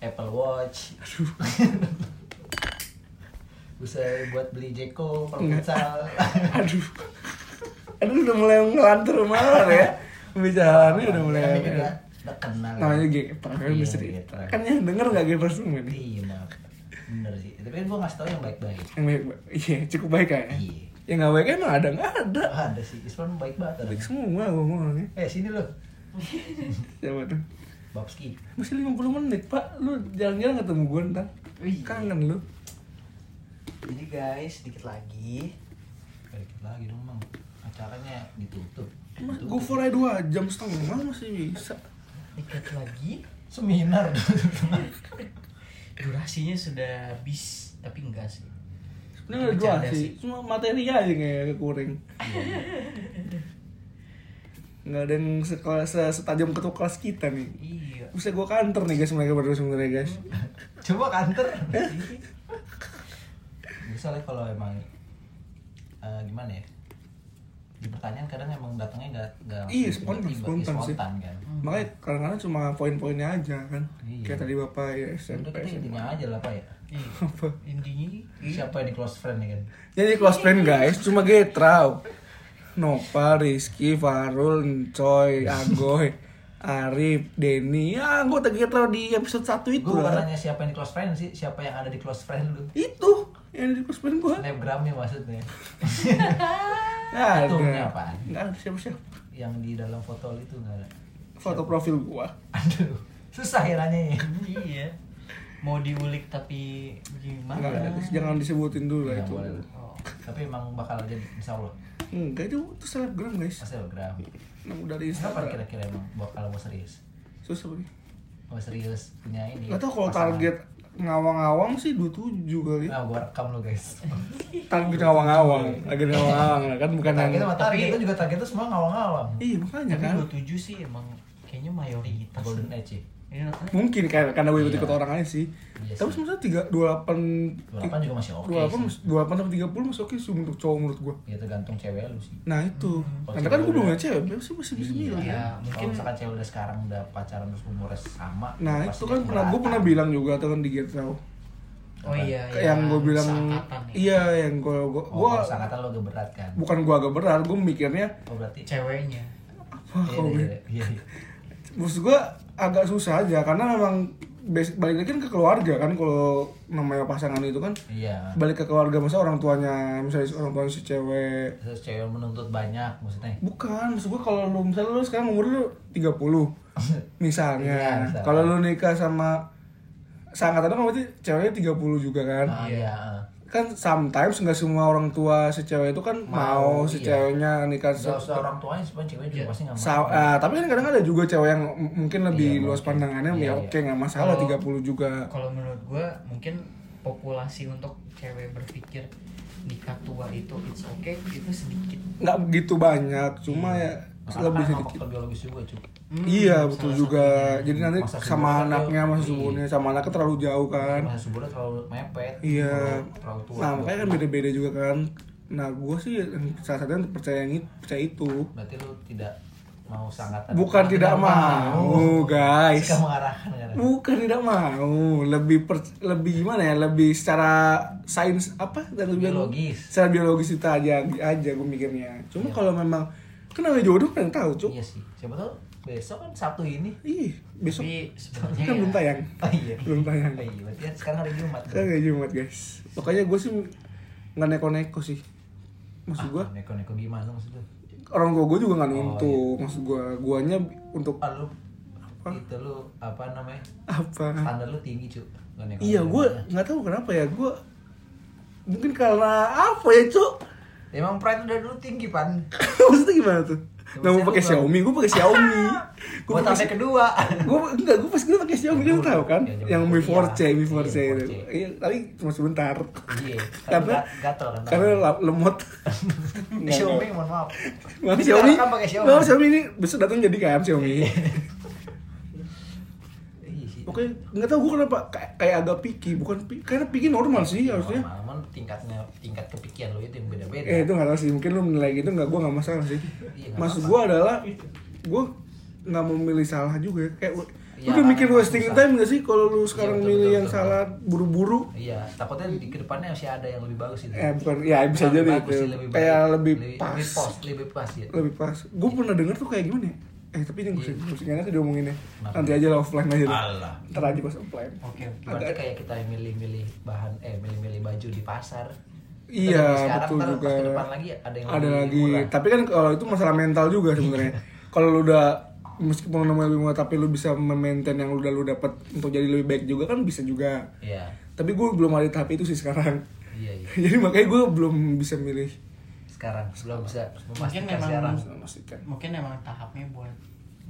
Apple Watch bisa buat beli Jeko kalau Enggak. futsal aduh aduh udah mulai ngelantur malah ya pembicaraannya udah mulai ya? Kan kita udah kenal namanya geper kan Iya, misteri geper. kan yang denger nggak geper semua nih Iya, maaf. Bener sih. Tapi kan gue ngasih tau yang baik-baik. yang baik iya cukup baik kayaknya Iya. yang nggak baik emang ada nggak ada Ah, ada sih. Isman baik banget. Ada. baik semua gue ngomongnya Eh, sini lo. coba tuh Babski. masih 50 menit pak lu jalan-jalan ketemu gue ntar Wih. kangen lu Jadi guys, sedikit lagi. Balik lagi dong, Mang. Acaranya ditutup. Mas, Ditutup. gue for dua jam setengah masih bisa Sedikit lagi. Seminar dong. Durasinya sudah habis, tapi enggak sih. Sebenernya ada dua Bercanda sih, sih. cuma materi aja kayak kekuring Nggak ada yang sekelas, se- setajam ketua kelas kita nih Iya. Bisa gue kantor nih guys mereka berdua sebenernya guys Coba kantor. Eh? Bisa lah kalau emang eh, gimana ya? Di pertanyaan kadang emang datangnya nggak nggak Iya, langsung spontan- tiba-tiba. spontan sih. spontan kan. Hmm. makanya kadang-kadang cuma poin-poinnya aja kan Iya. kayak tadi bapak ya Udah SMP kita intinya aja lah Pak ya. Iya. apa intinya Hmm? Siapa yang di close friend ya kan? jadi close friend guys cuma getrau Nopal, Rizky, Farul, Encoy, Agoy, Arif, Denny Ya gue tadi getrau di episode 1 itu Gue bukan lah nanya siapa yang di close friend sih, siapa yang ada di close friend lu. Itu yang di close friend gue Snapgramnya maksudnya. Nah, Itu punya apaan? Nggak ada siapa-siapa Yang di dalam foto lu itu enggak ada. Foto profil gue Aduh, susah ya nanya ya. iya mau diulik tapi Nggak gimana ada, Oh. jangan disebutin dulu lah Nggak itu Ah, Ya, Iya, boleh lu. Tapi emang bakal jadi insya Allah Enggak itu, itu selebgram guys Snapgram. Nemu Kapan dari Instagram kira-kira emang bakal mau serius? Susah banget Mau serius punya ini. Gak tau kalau pasangan. target ngawang-ngawang sih 27 kali Nah, gua rekam lu guys. Target ngawang-ngawang Target ngawang-ngawang lah kan bukan Target yang sama target lu juga target lu semua ngawang-ngawang. Iya makanya tapi kan dua tujuh sih emang kayaknya mayoritas Iya, Golden Age. ya? ini nonton Mungkin kayak karena gue ikut-ikut Iya. orang aja sih Iya Tapi sih. sebenernya 3, 28 28 juga masih oke. 28, sih. 28 sampai 30 masih oke sih untuk cowok menurut gue Ya tergantung cewek lu sih. Nah itu Kalau Karena cewek kan gue belum udah- punya cewek Masih masih bisa milih Iya. kan? mungkin- Kalau misalkan cewek udah sekarang udah pacaran terus umurnya sama. Nah pasti Iya, itu kan dia pernah, gue keberatan. pernah bilang juga tuh kan di Get Raw oh iya iya Yang gue bilang seangkatan ya. Iya yang gue gue Oh, gue- sangkatan lu agak berat kan. Bukan gue agak berat, gue mikirnya Oh berarti ceweknya Apa kalau Iya, gue iya, iya, iya. maksud gue agak susah aja karena memang bas- balik lagi kan ke keluarga kan kalau namanya pasangan itu kan Iya. balik ke keluarga masa orang tuanya misalnya orang tuanya si cewek Terus cewek menuntut banyak maksudnya. bukan maksud gue kalau lu misalnya lu sekarang umur lu 30 misalnya Iya, misalnya. kalau lu nikah sama seangkatan lu kan berarti ceweknya 30 juga kan Ah, Iya. kan sometimes nggak semua orang tua si cewek itu kan mau, Mau, si iya. ceweknya nikah se- Gak usah orang tuanya sih, cewek juga pasti nggak Kan? Sa- mau. ah, tapi kan kadang ada juga cewek yang m- mungkin lebih Iya, luas mungkin. pandangannya Iya, ya iya. oke nggak masalah Kalau- 30 juga kalau menurut gue mungkin populasi untuk cewek berpikir nikah tua itu it's okay itu sedikit nggak begitu banyak cuma ya Karena kan lebih emang sedikit faktor biologis juga cukup. Hmm, iya salah betul satunya. juga jadi nanti Masa sama subuhnya anaknya tuh, masa iya. subuhnya sama anaknya terlalu jauh kan Masa subuhnya terlalu mepet. iya terlalu- Terlalu tua. nah makanya kan beda-beda juga kan nah gue sih yang salah satunya percaya yang itu, percaya itu Berarti lu tidak mau sangatan. bukan tidak mau guys Jika mengarahkan kan. bukan tidak mau lebih per, lebih gimana ya lebih secara sains apa dan lebih Biologis. secara biologis itu aja aja gue mikirnya cuma kalau memang kan namanya jodoh kan tahu cuk Iya sih. Siapa tahu besok kan Sabtu ini. ih besok Iya. tapi sebenarnya kan belum ya, tayang Oh iya. belum tayang Oh iya, berarti kan sekarang hari Jumat. kan kayak jumat guys pokoknya gue sih nggak neko-neko sih maksud gue Ah, neko-neko gimana maksud lu? orang tua gue juga nggak Oh, nuntut maksud gue guanya untuk Ah, lu itu lu apa namanya? apa Standar lu tinggi, Cuk. Nggak neko-neko iya gue gimana. nggak tahu kenapa ya gue mungkin karena apa ya cuk Emang pride udah dulu tinggi, Pan. Maksudnya gimana tuh? Gak mau Maksudnya pakai gua- Xiaomi, gue pakai Xiaomi. Gue Gua sampai pakai kedua. gue enggak gue pas gue pakai Xiaomi kan Dulu, tahu kan ya, zaman yang Mi kuliah. 4C Mi Iya, 4C itu 4C. iya tapi cuma sebentar Iya. Karena- Karena gatel kan. karena la- lemot Eh, Xiaomi, mohon maaf. Maaf Ini Xiaomi sekarang kan pakai Xiaomi. Maaf Xiaomi ini besok datang jadi kan Xiaomi Iya sih. Oke nggak tahu gue kenapa kayak, kayak agak picky bukan pi- karena picky normal sih harusnya Pengalaman tingkatnya tingkat kepikiran lo itu yang beda-beda. eh itu nggak tahu sih mungkin lu menilai gitu nggak gue nggak masalah sih Iya, nggak maksud apa-apa. gue adalah gue nggak mau milih salah juga ya. kayak Iya, lu udah mikir karena wasting susah. Iya, time gak sih kalau lu sekarang betul, milih betul, yang betul. salah buru-buru Iya, takutnya di kedepannya masih ada yang lebih bagus itu. eh bukan ya bisa Lebih jadi bagus itu. sih, lebih kayak baik. lebih, lebih pas lebih pas, lebih pas ya. lebih pas gue pernah denger tuh kayak gimana ya eh tapi ini gue Iya. sih enak diomonginnya Kenapa? ya. nanti aja lah offline aja deh Allah. ntar aja pas offline oke oke. Berarti Ada- kayak kita milih-milih bahan eh milih-milih baju di pasar. Iya, Terus sekarang, betul ntar juga. Pas ke depan lagi ada yang ada lebih lagi murah. tapi kan kalau itu masalah mental juga sebenarnya kalau lu udah meskipun namanya lebih murah tapi lu bisa memaintain yang udah lu dapat untuk jadi lebih baik juga kan bisa juga Iya. tapi gue belum ada di tahap itu sih sekarang Iya, iya. jadi makanya gue belum bisa milih Sekarang belum bisa mungkin memastikan memang sekarang. Memastikan. mungkin emang tahapnya buat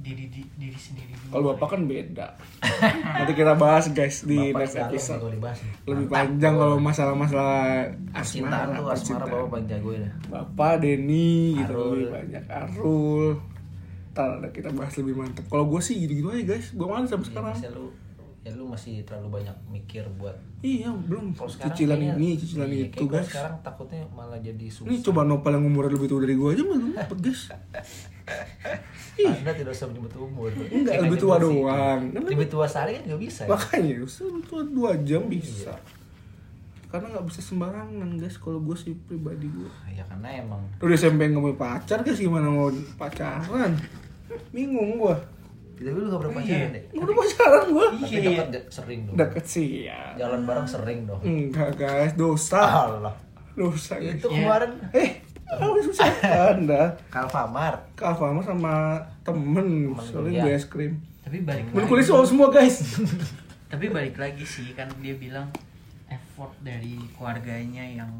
diri di- diri sendiri dulu ya. kalau bapak kan beda nanti kita bahas guys di Bapak next sekarang episode kalau dibahas nih. lebih panjang kalau masalah-masalah Percintaan asmara tuh asmara percintaan. bapak paling jagoin ya. Bapak Denny gitu Arul. lebih banyak Arul Ntar ada kita bahas lebih mantep Kalau gue sih gitu-gitu aja guys Gue malas sampai Iya, sekarang bisa lu ya lu masih terlalu banyak mikir buat Iya belum Kalau sekarang Cicilan kayaknya- ini, cicilan iya, kayak itu kalau guys Sekarang takutnya malah jadi susah. Ini coba Nopal yang umurnya lebih tua dari gue aja mah belum dapet guys Anda tidak usah menyebut umur. Enggak, Kita lebih tua nyebut sih. doang. Lebih tua sehari kan nggak bisa. ya? Makanya usul tuh dua Iya. jam bisa. Karena nggak bisa sembarangan guys kalau gue sih pribadi gue. Ya karena emang Udah SMP nggak mau pacar guys gimana mau pacaran? Bingung gue. kita dulu nggak pernah pacaran deh. Udah pacaran gue. Iya. Tapi dekat nggak? sering dong. Deket sih ya. Jalan bareng sering dong. Enggak guys dosa. Allah. Dosa guys. Hmm. Itu kemarin Iya. Eh, kamu susah anda. Kalfamart. Ke Alfamart sama temen, kuliah. Nah, iya. soalnya gue es krim. tapi balik Menu lagi kuliah soal semua guys. tapi balik lagi sih kan dia bilang effort dari keluarganya yang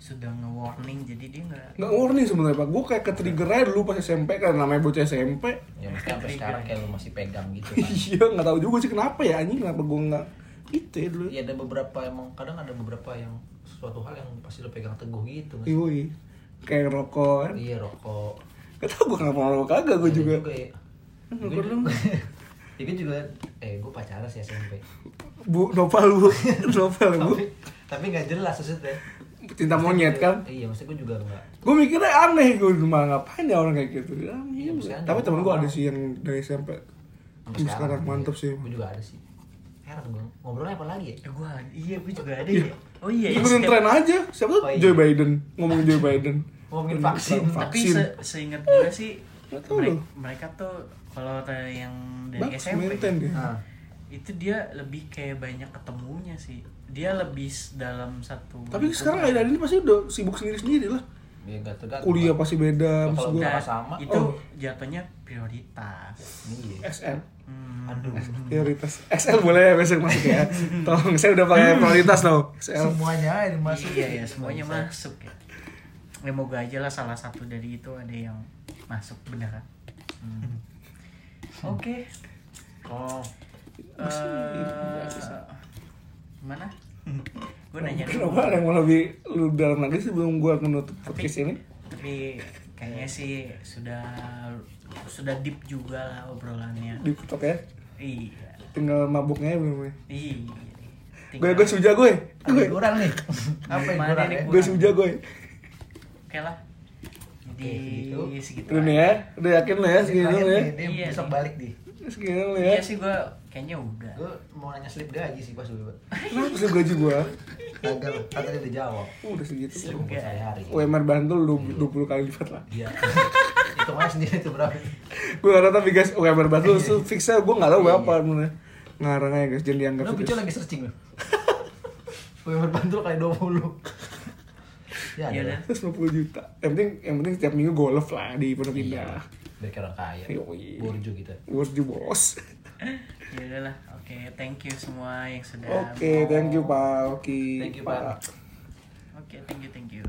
sudah nge-warning jadi dia nggak Nggak warning sebenarnya pak, gue kayak ke trigger aja dulu pas SMP kan namanya bocah SMP. Ya mesti sampai sekarang kayak lu masih pegang gitu kan. Iya nggak tahu juga sih kenapa ya anjing kenapa gue nggak gitu ya dulu. Iya ada beberapa emang kadang ada beberapa yang suatu hal yang pasti lo pegang teguh gitu. nggak sih? Yoi, kayak rokok kan. Iya rokok. Gak tau gue kenapa rokok kagak gue Ada juga. ya. Kan Gue rokok dong. juga. Ya, gue juga eh gue pacaran sih SMP. Bu, nopal bu, nopal bu. Tapi tapi nggak jelas maksudnya. Cinta monyet kan. Iya, maksudnya gue juga enggak. Gue mikirnya aneh gue cuma ngapain ya orang kayak gitu. Ya, Iya, maksudnya Tapi aneh. temen gue ada sih yang dari SMP. Sampai sekarang mantep sih. Gue juga ada sih. Heran gue ngobrolnya apa lagi ya ya? gua iya gua juga ada ya oh iya ya, Ikutin setiap- tren aja. Siapa tuh Oh, iya. Joe Biden ngomongin Joe Biden. Ngomongin Tentang vaksin. tapi se seingat gue sih Nggak tahu mereka, loh. mereka tuh kalau ada yang dari Bagus, SMP maintain dia. Nah, itu dia lebih kayak banyak ketemunya sih dia lebih s- dalam satu Tapi sekarang Aidan ini pasti udah sibuk sendiri-sendiri lah. ya enggak tergantung. Kuliah pasti beda, Kalau maksud gue. Nah, Apa sama? itu Oh. jatuhnya prioritas Iya. SL. Hmm. Aduh. Prioritas. SL boleh ya besok masuk ya. Tolong, saya udah pakai prioritas loh. SL. Semuanya yang masuk. iya ya semuanya masuk ya ya moga aja lah salah satu dari itu ada yang masuk beneran Hmm. oke Oh, Eh, gimana gue nanya dulu. Kenapa ada yang mau lebih lu dalam lagi sebelum gua menutup podcast ini? tapi kayaknya sih sudah sudah deep juga lah obrolannya Di putok ya. iya Tinggal mabuknya ya belum ya. iya Gue gue suja gue. ada Gue kurang nih. Apa yang Mana kurang nih, ya? Bu? gue suja gue. oke lah jadi segitu. segitu Udah nih aja. ya. Udah yakin lah ya segini Terakhir lu ya. nih, dia Iya, besok nih. balik di. Segini lu iya ya. sih gue kayaknya udah Gue mau nanya slip gaji sih pas dulu. Kenapa sih gaji gua? Uh, Gagal, kata dia dijawab. Udah segitu. Itu bukan saya hari. UMR Bantul lu 20 kali lipat lah. Iya. Itu aja sendiri itu berapa? Gue gak tau tapi guys UMR Bantul tuh fixnya gue gak tau berapa bener. Ngarang aja guys jangan dianggap Lu serius. bicara lagi searching lu. Gue bantul kali 20. Ya, ya ada udah lah. 150 juta. Yang penting yang penting setiap minggu golf lah di Pondok Indah. Biar kayak orang kaya. Yoi. Borju gitu. Worth you bos. ya udah lah oke thank you semua yang sudah Oke, Iya, thank you Pak Oki. Thank you, Pak. oke thank you thank you